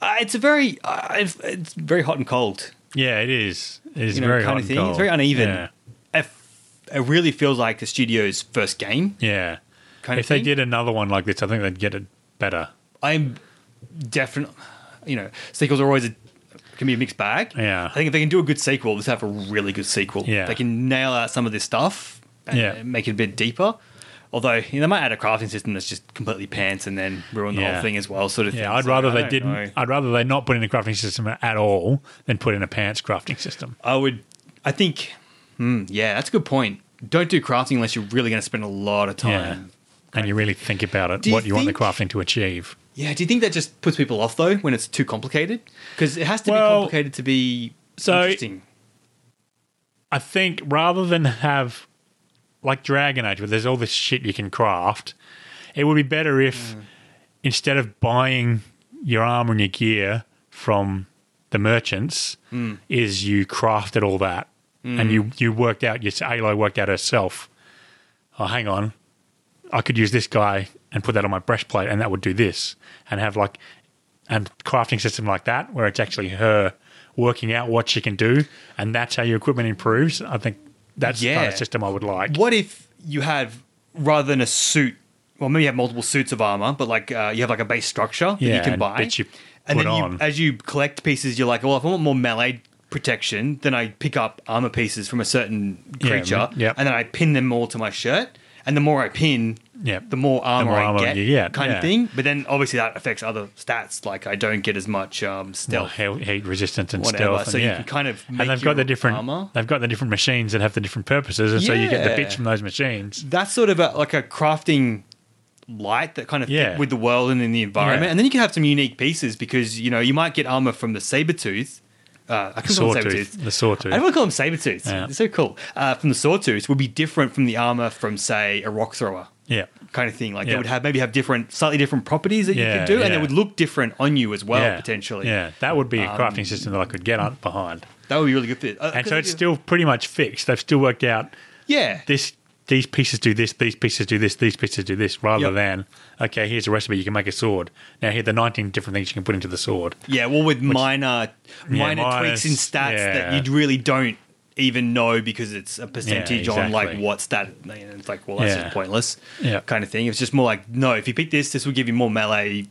S2: uh, it's a very uh, it's- it's very hot and cold
S1: Yeah, it is. It is
S2: you know
S1: very hot
S2: kind of
S1: and
S2: thing.
S1: cold.
S2: It's very uneven.
S1: Yeah.
S2: It, f- it really feels like the studio's first game.
S1: Yeah.
S2: Kind
S1: if
S2: of
S1: they
S2: thing?
S1: did another one like this, I think they'd get it better.
S2: I'm definitely you know sequels are always a can be a mixed bag.
S1: Yeah.
S2: I think if they can do a good sequel, let's have a really good sequel.
S1: Yeah.
S2: they can nail out some of this stuff. And
S1: Yeah.
S2: and make it a bit deeper. Although you know, they might add a crafting system that's just completely pants and then ruin the
S1: Yeah.
S2: whole thing as well, sort of. thing.
S1: Yeah, I'd
S2: So,
S1: rather
S2: I
S1: they
S2: don't
S1: didn't.
S2: know.
S1: I'd rather they not put in a crafting system at all than put in a pants crafting system.
S2: I would. I think. Hmm, yeah, that's a good point. Don't do crafting unless you're really going to spend a lot of
S1: Yeah,
S2: time.
S1: and you really think about it,
S2: Do you
S1: what you want the
S2: think-
S1: crafting to achieve.
S2: Yeah. Do you think that just puts people off though when it's too complicated? Because it has to
S1: Well,
S2: be complicated to be
S1: so-
S2: interesting.
S1: I think rather than have like Dragon Age, where there's all this shit you can craft, it would be better if instead of buying your armor and your gear from the merchants, is you crafted all that and you you worked out. Your Aloy worked out herself. Oh, hang on, I could use this guy and put that on my breastplate, and that would do this, and have like and crafting system like that, where it's actually her working out what she can do, and that's how your equipment improves. I think that's the kind
S2: Yeah.
S1: of system I would like.
S2: What if you have rather than a suit? Well, maybe you have multiple suits of armor, but like uh, you have like a base structure that
S1: Yeah,
S2: you can
S1: and
S2: buy.
S1: that you
S2: and
S1: put
S2: then you,
S1: on.
S2: as you collect pieces, you're like, well, if I want more melee protection, then I pick up armor pieces from a certain
S1: Yeah,
S2: creature,
S1: m- yep.
S2: and then I pin them all to my shirt. And the more I pin,
S1: Yep.
S2: the more armor,
S1: more armor
S2: I get,
S1: you get,
S2: kind
S1: yeah.
S2: of thing. But then obviously that affects other stats, like I don't get as much um,
S1: Well,
S2: stealth.
S1: he- heat resistance and
S2: Whatever,
S1: stealth.
S2: so
S1: and,
S2: you
S1: yeah.
S2: can kind of make
S1: and they've
S2: your
S1: got the different
S2: armor.
S1: they've got the different machines that have the different purposes, and so you get the
S2: Yeah.
S1: bits from those machines.
S2: that's sort of a, like a crafting light that kind of fit
S1: Yeah.
S2: with the world and in the environment.
S1: Yeah.
S2: And then you can have some unique pieces because you know you might get armor from the Sabretooth. Uh, I can call them
S1: Sawtooth,
S2: Sabretooth.
S1: the sawtooth.
S2: I don't want to call them Sabretooths.
S1: Yeah.
S2: They're so cool. Uh, from the Sawtooth would be different from the armor from, say, a Rock Thrower
S1: yeah,
S2: kind of thing. Like
S1: Yeah.
S2: they would have maybe have different, slightly different properties that you
S1: Yeah,
S2: could do, and
S1: yeah.
S2: they would look different on you as well,
S1: yeah,
S2: potentially. Um,
S1: Yeah, that would be a crafting system that I could get up behind.
S2: That would be really good for it. Uh,
S1: And so
S2: 'cause
S1: it's
S2: you-
S1: still pretty much fixed. They've still worked out
S2: Yeah.
S1: this these pieces do this, these pieces do this, these pieces do this, rather
S2: Yep.
S1: than okay, here's a recipe you can make a sword. Now here are the 19 different things you can put into the sword.
S2: Yeah, well, with minor minor
S1: minus-
S2: tweaks in stats
S1: yeah.
S2: that you really don't even know because it's a percentage on like
S1: exactly.
S2: what stat. you know, It's like, well, that's
S1: Yeah.
S2: just pointless
S1: Yeah.
S2: kind of thing. It's just more like, no, if you pick this, this will give you more melee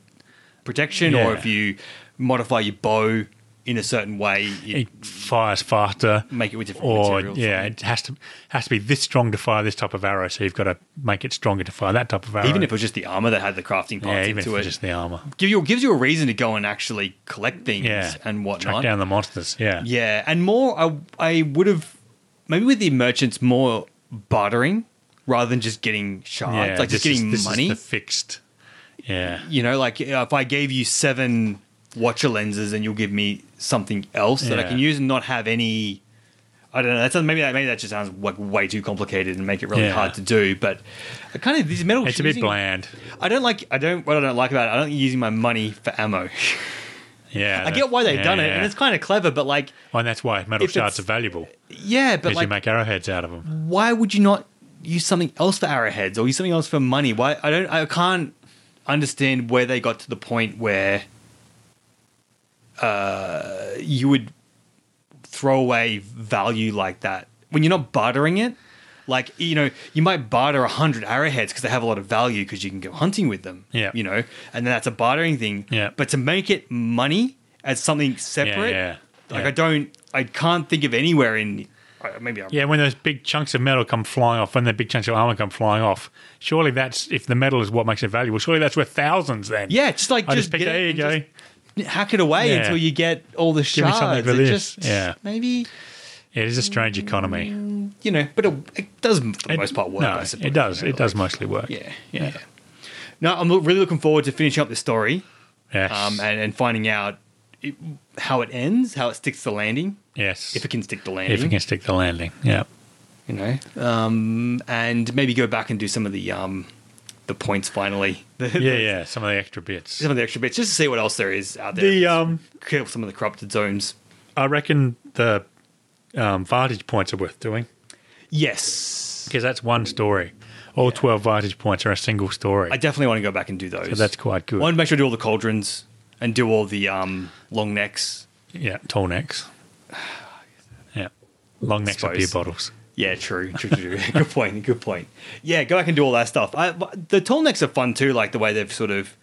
S2: protection, or
S1: Yeah.
S2: if you modify your bow in a certain way, you
S1: It fires faster,
S2: make it with different
S1: or
S2: materials.
S1: yeah, it has to has to be this strong to fire this type of arrow. So you've got to make it stronger to fire that type of arrow.
S2: Even if it was just the armor that had the crafting
S1: yeah,
S2: parts
S1: even if
S2: into
S1: it's
S2: it,
S1: just the armor,
S2: give you gives you a reason to go and actually collect things
S1: yeah,
S2: and whatnot.
S1: track down the monsters. Yeah,
S2: Yeah, and more. I I would have maybe with the merchants more bartering rather than just getting shards,
S1: Yeah,
S2: like just
S1: this is-
S2: getting
S1: this is
S2: money.
S1: the fixed. Yeah,
S2: you know, like uh, if I gave you seven watcher lenses, and you'll give me something else that I
S1: Yeah.
S2: can use and not have any. I don't know. That's maybe that maybe that just sounds like way too complicated and make it really
S1: Yeah.
S2: hard to do. But I kind of these metal.
S1: it's a bit
S2: choosing-
S1: bland.
S2: I don't like. I don't. What I don't like about it. I don't like using my money for ammo. (laughs)
S1: Yeah,
S2: I get why they've
S1: yeah,
S2: done it,
S1: yeah.
S2: and it's kind of clever. But like,
S1: Well, and that's why metal
S2: If it's-
S1: shards are valuable
S2: yeah, but
S1: because
S2: like,
S1: you make arrowheads out of them.
S2: why would you not use something else for arrowheads or use something else for money? Why I don't I can't understand where they got to the point where uh, you would throw away value like that when you're not bartering it. Like you know, you might barter a hundred arrowheads because they have a lot of value because you can go hunting with them.
S1: Yeah.
S2: you know, and then that's a bartering thing.
S1: Yeah.
S2: but to make it money as something separate,
S1: yeah,
S2: like
S1: yeah.
S2: I don't, I can't think of anywhere in. uh, Maybe I'm
S1: Yeah, when those big chunks of metal come flying off, when the big chunks of armor come flying off, surely that's if the metal is what makes it valuable. Surely that's worth thousands then.
S2: Yeah, just like
S1: I just
S2: just,
S1: picked.
S2: get
S1: There
S2: it
S1: you go.
S2: and just hack it away
S1: Yeah.
S2: until you get all the
S1: me
S2: shards.
S1: something for
S2: It
S1: this.
S2: Just,
S1: Yeah.
S2: maybe
S1: it is a strange economy.
S2: you know, but it, it does for the
S1: It-
S2: most part work.
S1: No,
S2: I suppose,
S1: it does.
S2: you know,
S1: It does
S2: like-
S1: mostly work.
S2: Yeah, yeah, No, I'm really looking forward to finishing up this story
S1: Yes.
S2: um, and, and finding out it, how it ends, how it sticks the landing,
S1: yes.
S2: if it can stick the landing.
S1: if it can stick the landing. Yeah.
S2: you know, um, and maybe go back and do some of the um, the points finally. (laughs) The-
S1: Yeah,
S2: the-
S1: yeah. Some of the extra bits.
S2: Some of the extra bits, just to see what else there is out there.
S1: The um,
S2: kill some of the corrupted zones.
S1: I reckon the um, vantage points are worth doing
S2: Yes.
S1: because that's one story. All twelve vantage points are a single story.
S2: I definitely want to go back and do those.
S1: so that's quite
S2: I
S1: good.
S2: want to make sure I do all the cauldrons and do all the um, long necks.
S1: Yeah, tall necks. Yeah, long necks of beer
S2: Suppose.
S1: bottles.
S2: Yeah, true. true, true, true. (laughs) good point. Good point. Yeah, go back and do all that stuff. I, but the tall necks are fun too, like the way they've sort of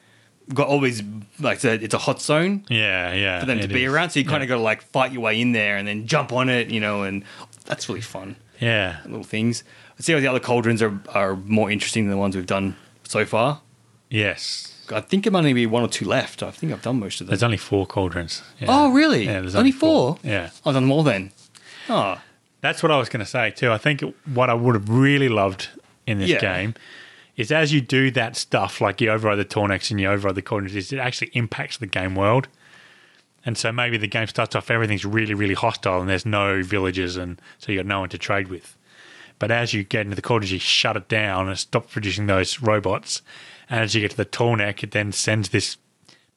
S2: got always like it's a, it's a hot zone
S1: Yeah, yeah.
S2: for them to be around. So you kind of got to like fight your way in there and then jump on it, you know, and that's really fun.
S1: Yeah,
S2: Little things. I see how the other cauldrons are, are more interesting than the ones we've done so far.
S1: yes.
S2: I think there might only be one or two left. I think I've done most of them.
S1: There's only four cauldrons. Yeah.
S2: Oh, really?
S1: Yeah, there's
S2: only, four?
S1: Yeah,
S2: I've done more then. Oh,
S1: that's what I was going to say too. I think what I would have really loved in this
S2: Yeah.
S1: game is as you do that stuff, like you override the Tornex and you override the cauldrons, is it actually impacts the game world. And so maybe the game starts off everything's really, really hostile and there's no villagers and so you got no one to trade with. But as you get into the cauldrons, you shut it down and stop producing those robots. And as you get to the tall neck, it then sends this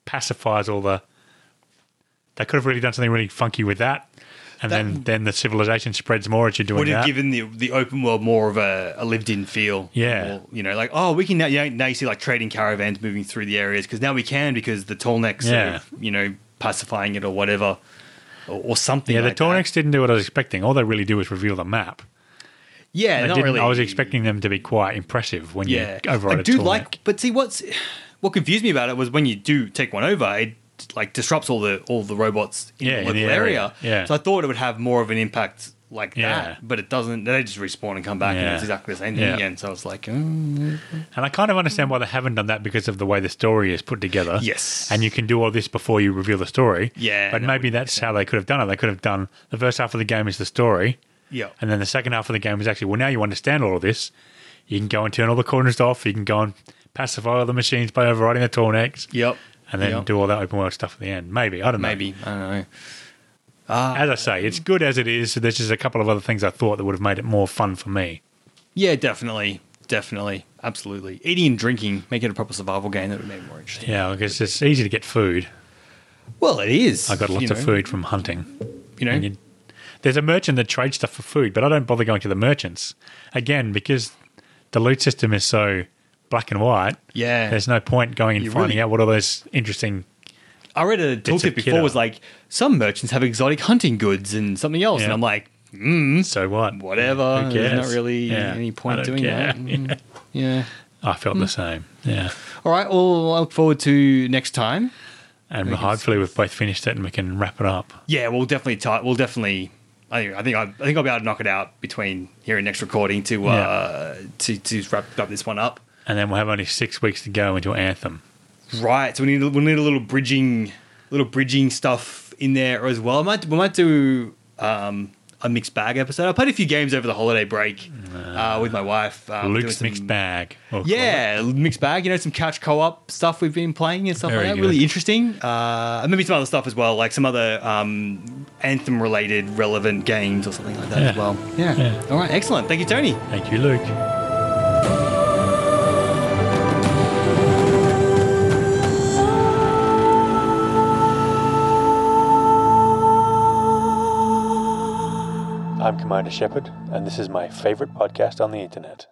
S1: pacifies all the they could have really done something really funky with that. And then, then the civilization spreads more as you're doing
S2: would have
S1: that.
S2: given the the open world more of a, a lived in feel.
S1: Yeah.
S2: More, you know, like oh, we can now. You know, now you see like trading caravans moving through the areas because now we can because the tall necks,
S1: Yeah.
S2: are, you know, pacifying it or whatever, or, or something.
S1: yeah, the
S2: like that.
S1: Tornex didn't do what I was expecting. All they really do is reveal the map.
S2: Yeah,
S1: They
S2: not
S1: didn't-
S2: really.
S1: I was expecting them to be quite impressive when
S2: Yeah,
S1: you override
S2: I
S1: a
S2: do
S1: Tornex.
S2: like, but see what's what confused me about it was when you do take one over, it like disrupts all the all the robots in
S1: Yeah,
S2: the
S1: in
S2: local
S1: the
S2: area.
S1: area. Yeah.
S2: So I thought it would have more of an impact like
S1: Yeah.
S2: that, but it doesn't. They just respawn and come back, and
S1: Yeah.
S2: it's exactly the same thing
S1: Yeah.
S2: again. So I was like, mm.
S1: And I kind of understand why they haven't done that because of the way the story is put together.
S2: Yes.
S1: And you can do all this before you reveal the story.
S2: Yeah,
S1: But
S2: that
S1: maybe that's how they could have done it. They could have done the first half of the game is the story.
S2: yeah,
S1: And then the second half of the game is actually, well, now you understand all of this. You can go and turn all the corners off. You can go and pacify all the machines by overriding the Tornex.
S2: yep,
S1: And then
S2: Yep.
S1: do all that open world stuff at the end. Maybe. I don't know.
S2: maybe I don't know.
S1: As I say, it's good as it is. There's just a couple of other things I thought that would have made it more fun for me.
S2: Yeah, definitely, definitely, absolutely. Eating and drinking, make it a proper survival game that would make it more interesting.
S1: Yeah, because it's easy to get food.
S2: Well, it is.
S1: I got lots
S2: you know,
S1: of food from hunting.
S2: You know,
S1: And you, there's a merchant that trades stuff for food, but I don't bother going to the merchants again because the loot system is so black and white.
S2: Yeah.
S1: There's no point going and
S2: You
S1: finding
S2: really-
S1: out what all those interesting.
S2: I read a
S1: a
S2: tooltip before
S1: kiddo.
S2: was like some merchants have exotic hunting goods and something else, and
S1: Yeah.
S2: I'm like, mm,
S1: So what?
S2: whatever.
S1: Who
S2: There's
S1: cares?
S2: not really
S1: Yeah.
S2: any
S1: I
S2: point
S1: don't
S2: doing that. Hmm.
S1: care.
S2: Mm, yeah.
S1: (laughs) I felt the same. Yeah.
S2: All right. Well, I look forward to next time.
S1: And
S2: I guess-
S1: hopefully we've both finished it and we can wrap it up.
S2: Yeah, we'll definitely. T- we'll definitely. I think I think I, I think I'll be able to knock it out between here and next recording to uh, to to wrap, wrap this one up.
S1: And then we'll have only six weeks to go until Anthem.
S2: Right. So we need we need a little bridging little bridging stuff in there as well. I might we might do um, a mixed bag episode. I played a few games over the holiday break uh, with my wife. Um, doing
S1: Luke's
S2: some-
S1: mixed bag. we'll call it.
S2: Yeah, mixed bag. You know, some couch co-op stuff we've been playing and stuff
S1: Very
S2: like that.
S1: good.
S2: Really interesting. Uh, and maybe some other stuff as well, like some other um, anthem-related relevant games or something like that as
S1: Yeah.
S2: well. Yeah.
S1: Yeah.
S2: All right. Excellent. Thank you, Tony.
S1: Thank you, Luke. I'm Commander Shepard, and this is my favorite podcast on the internet.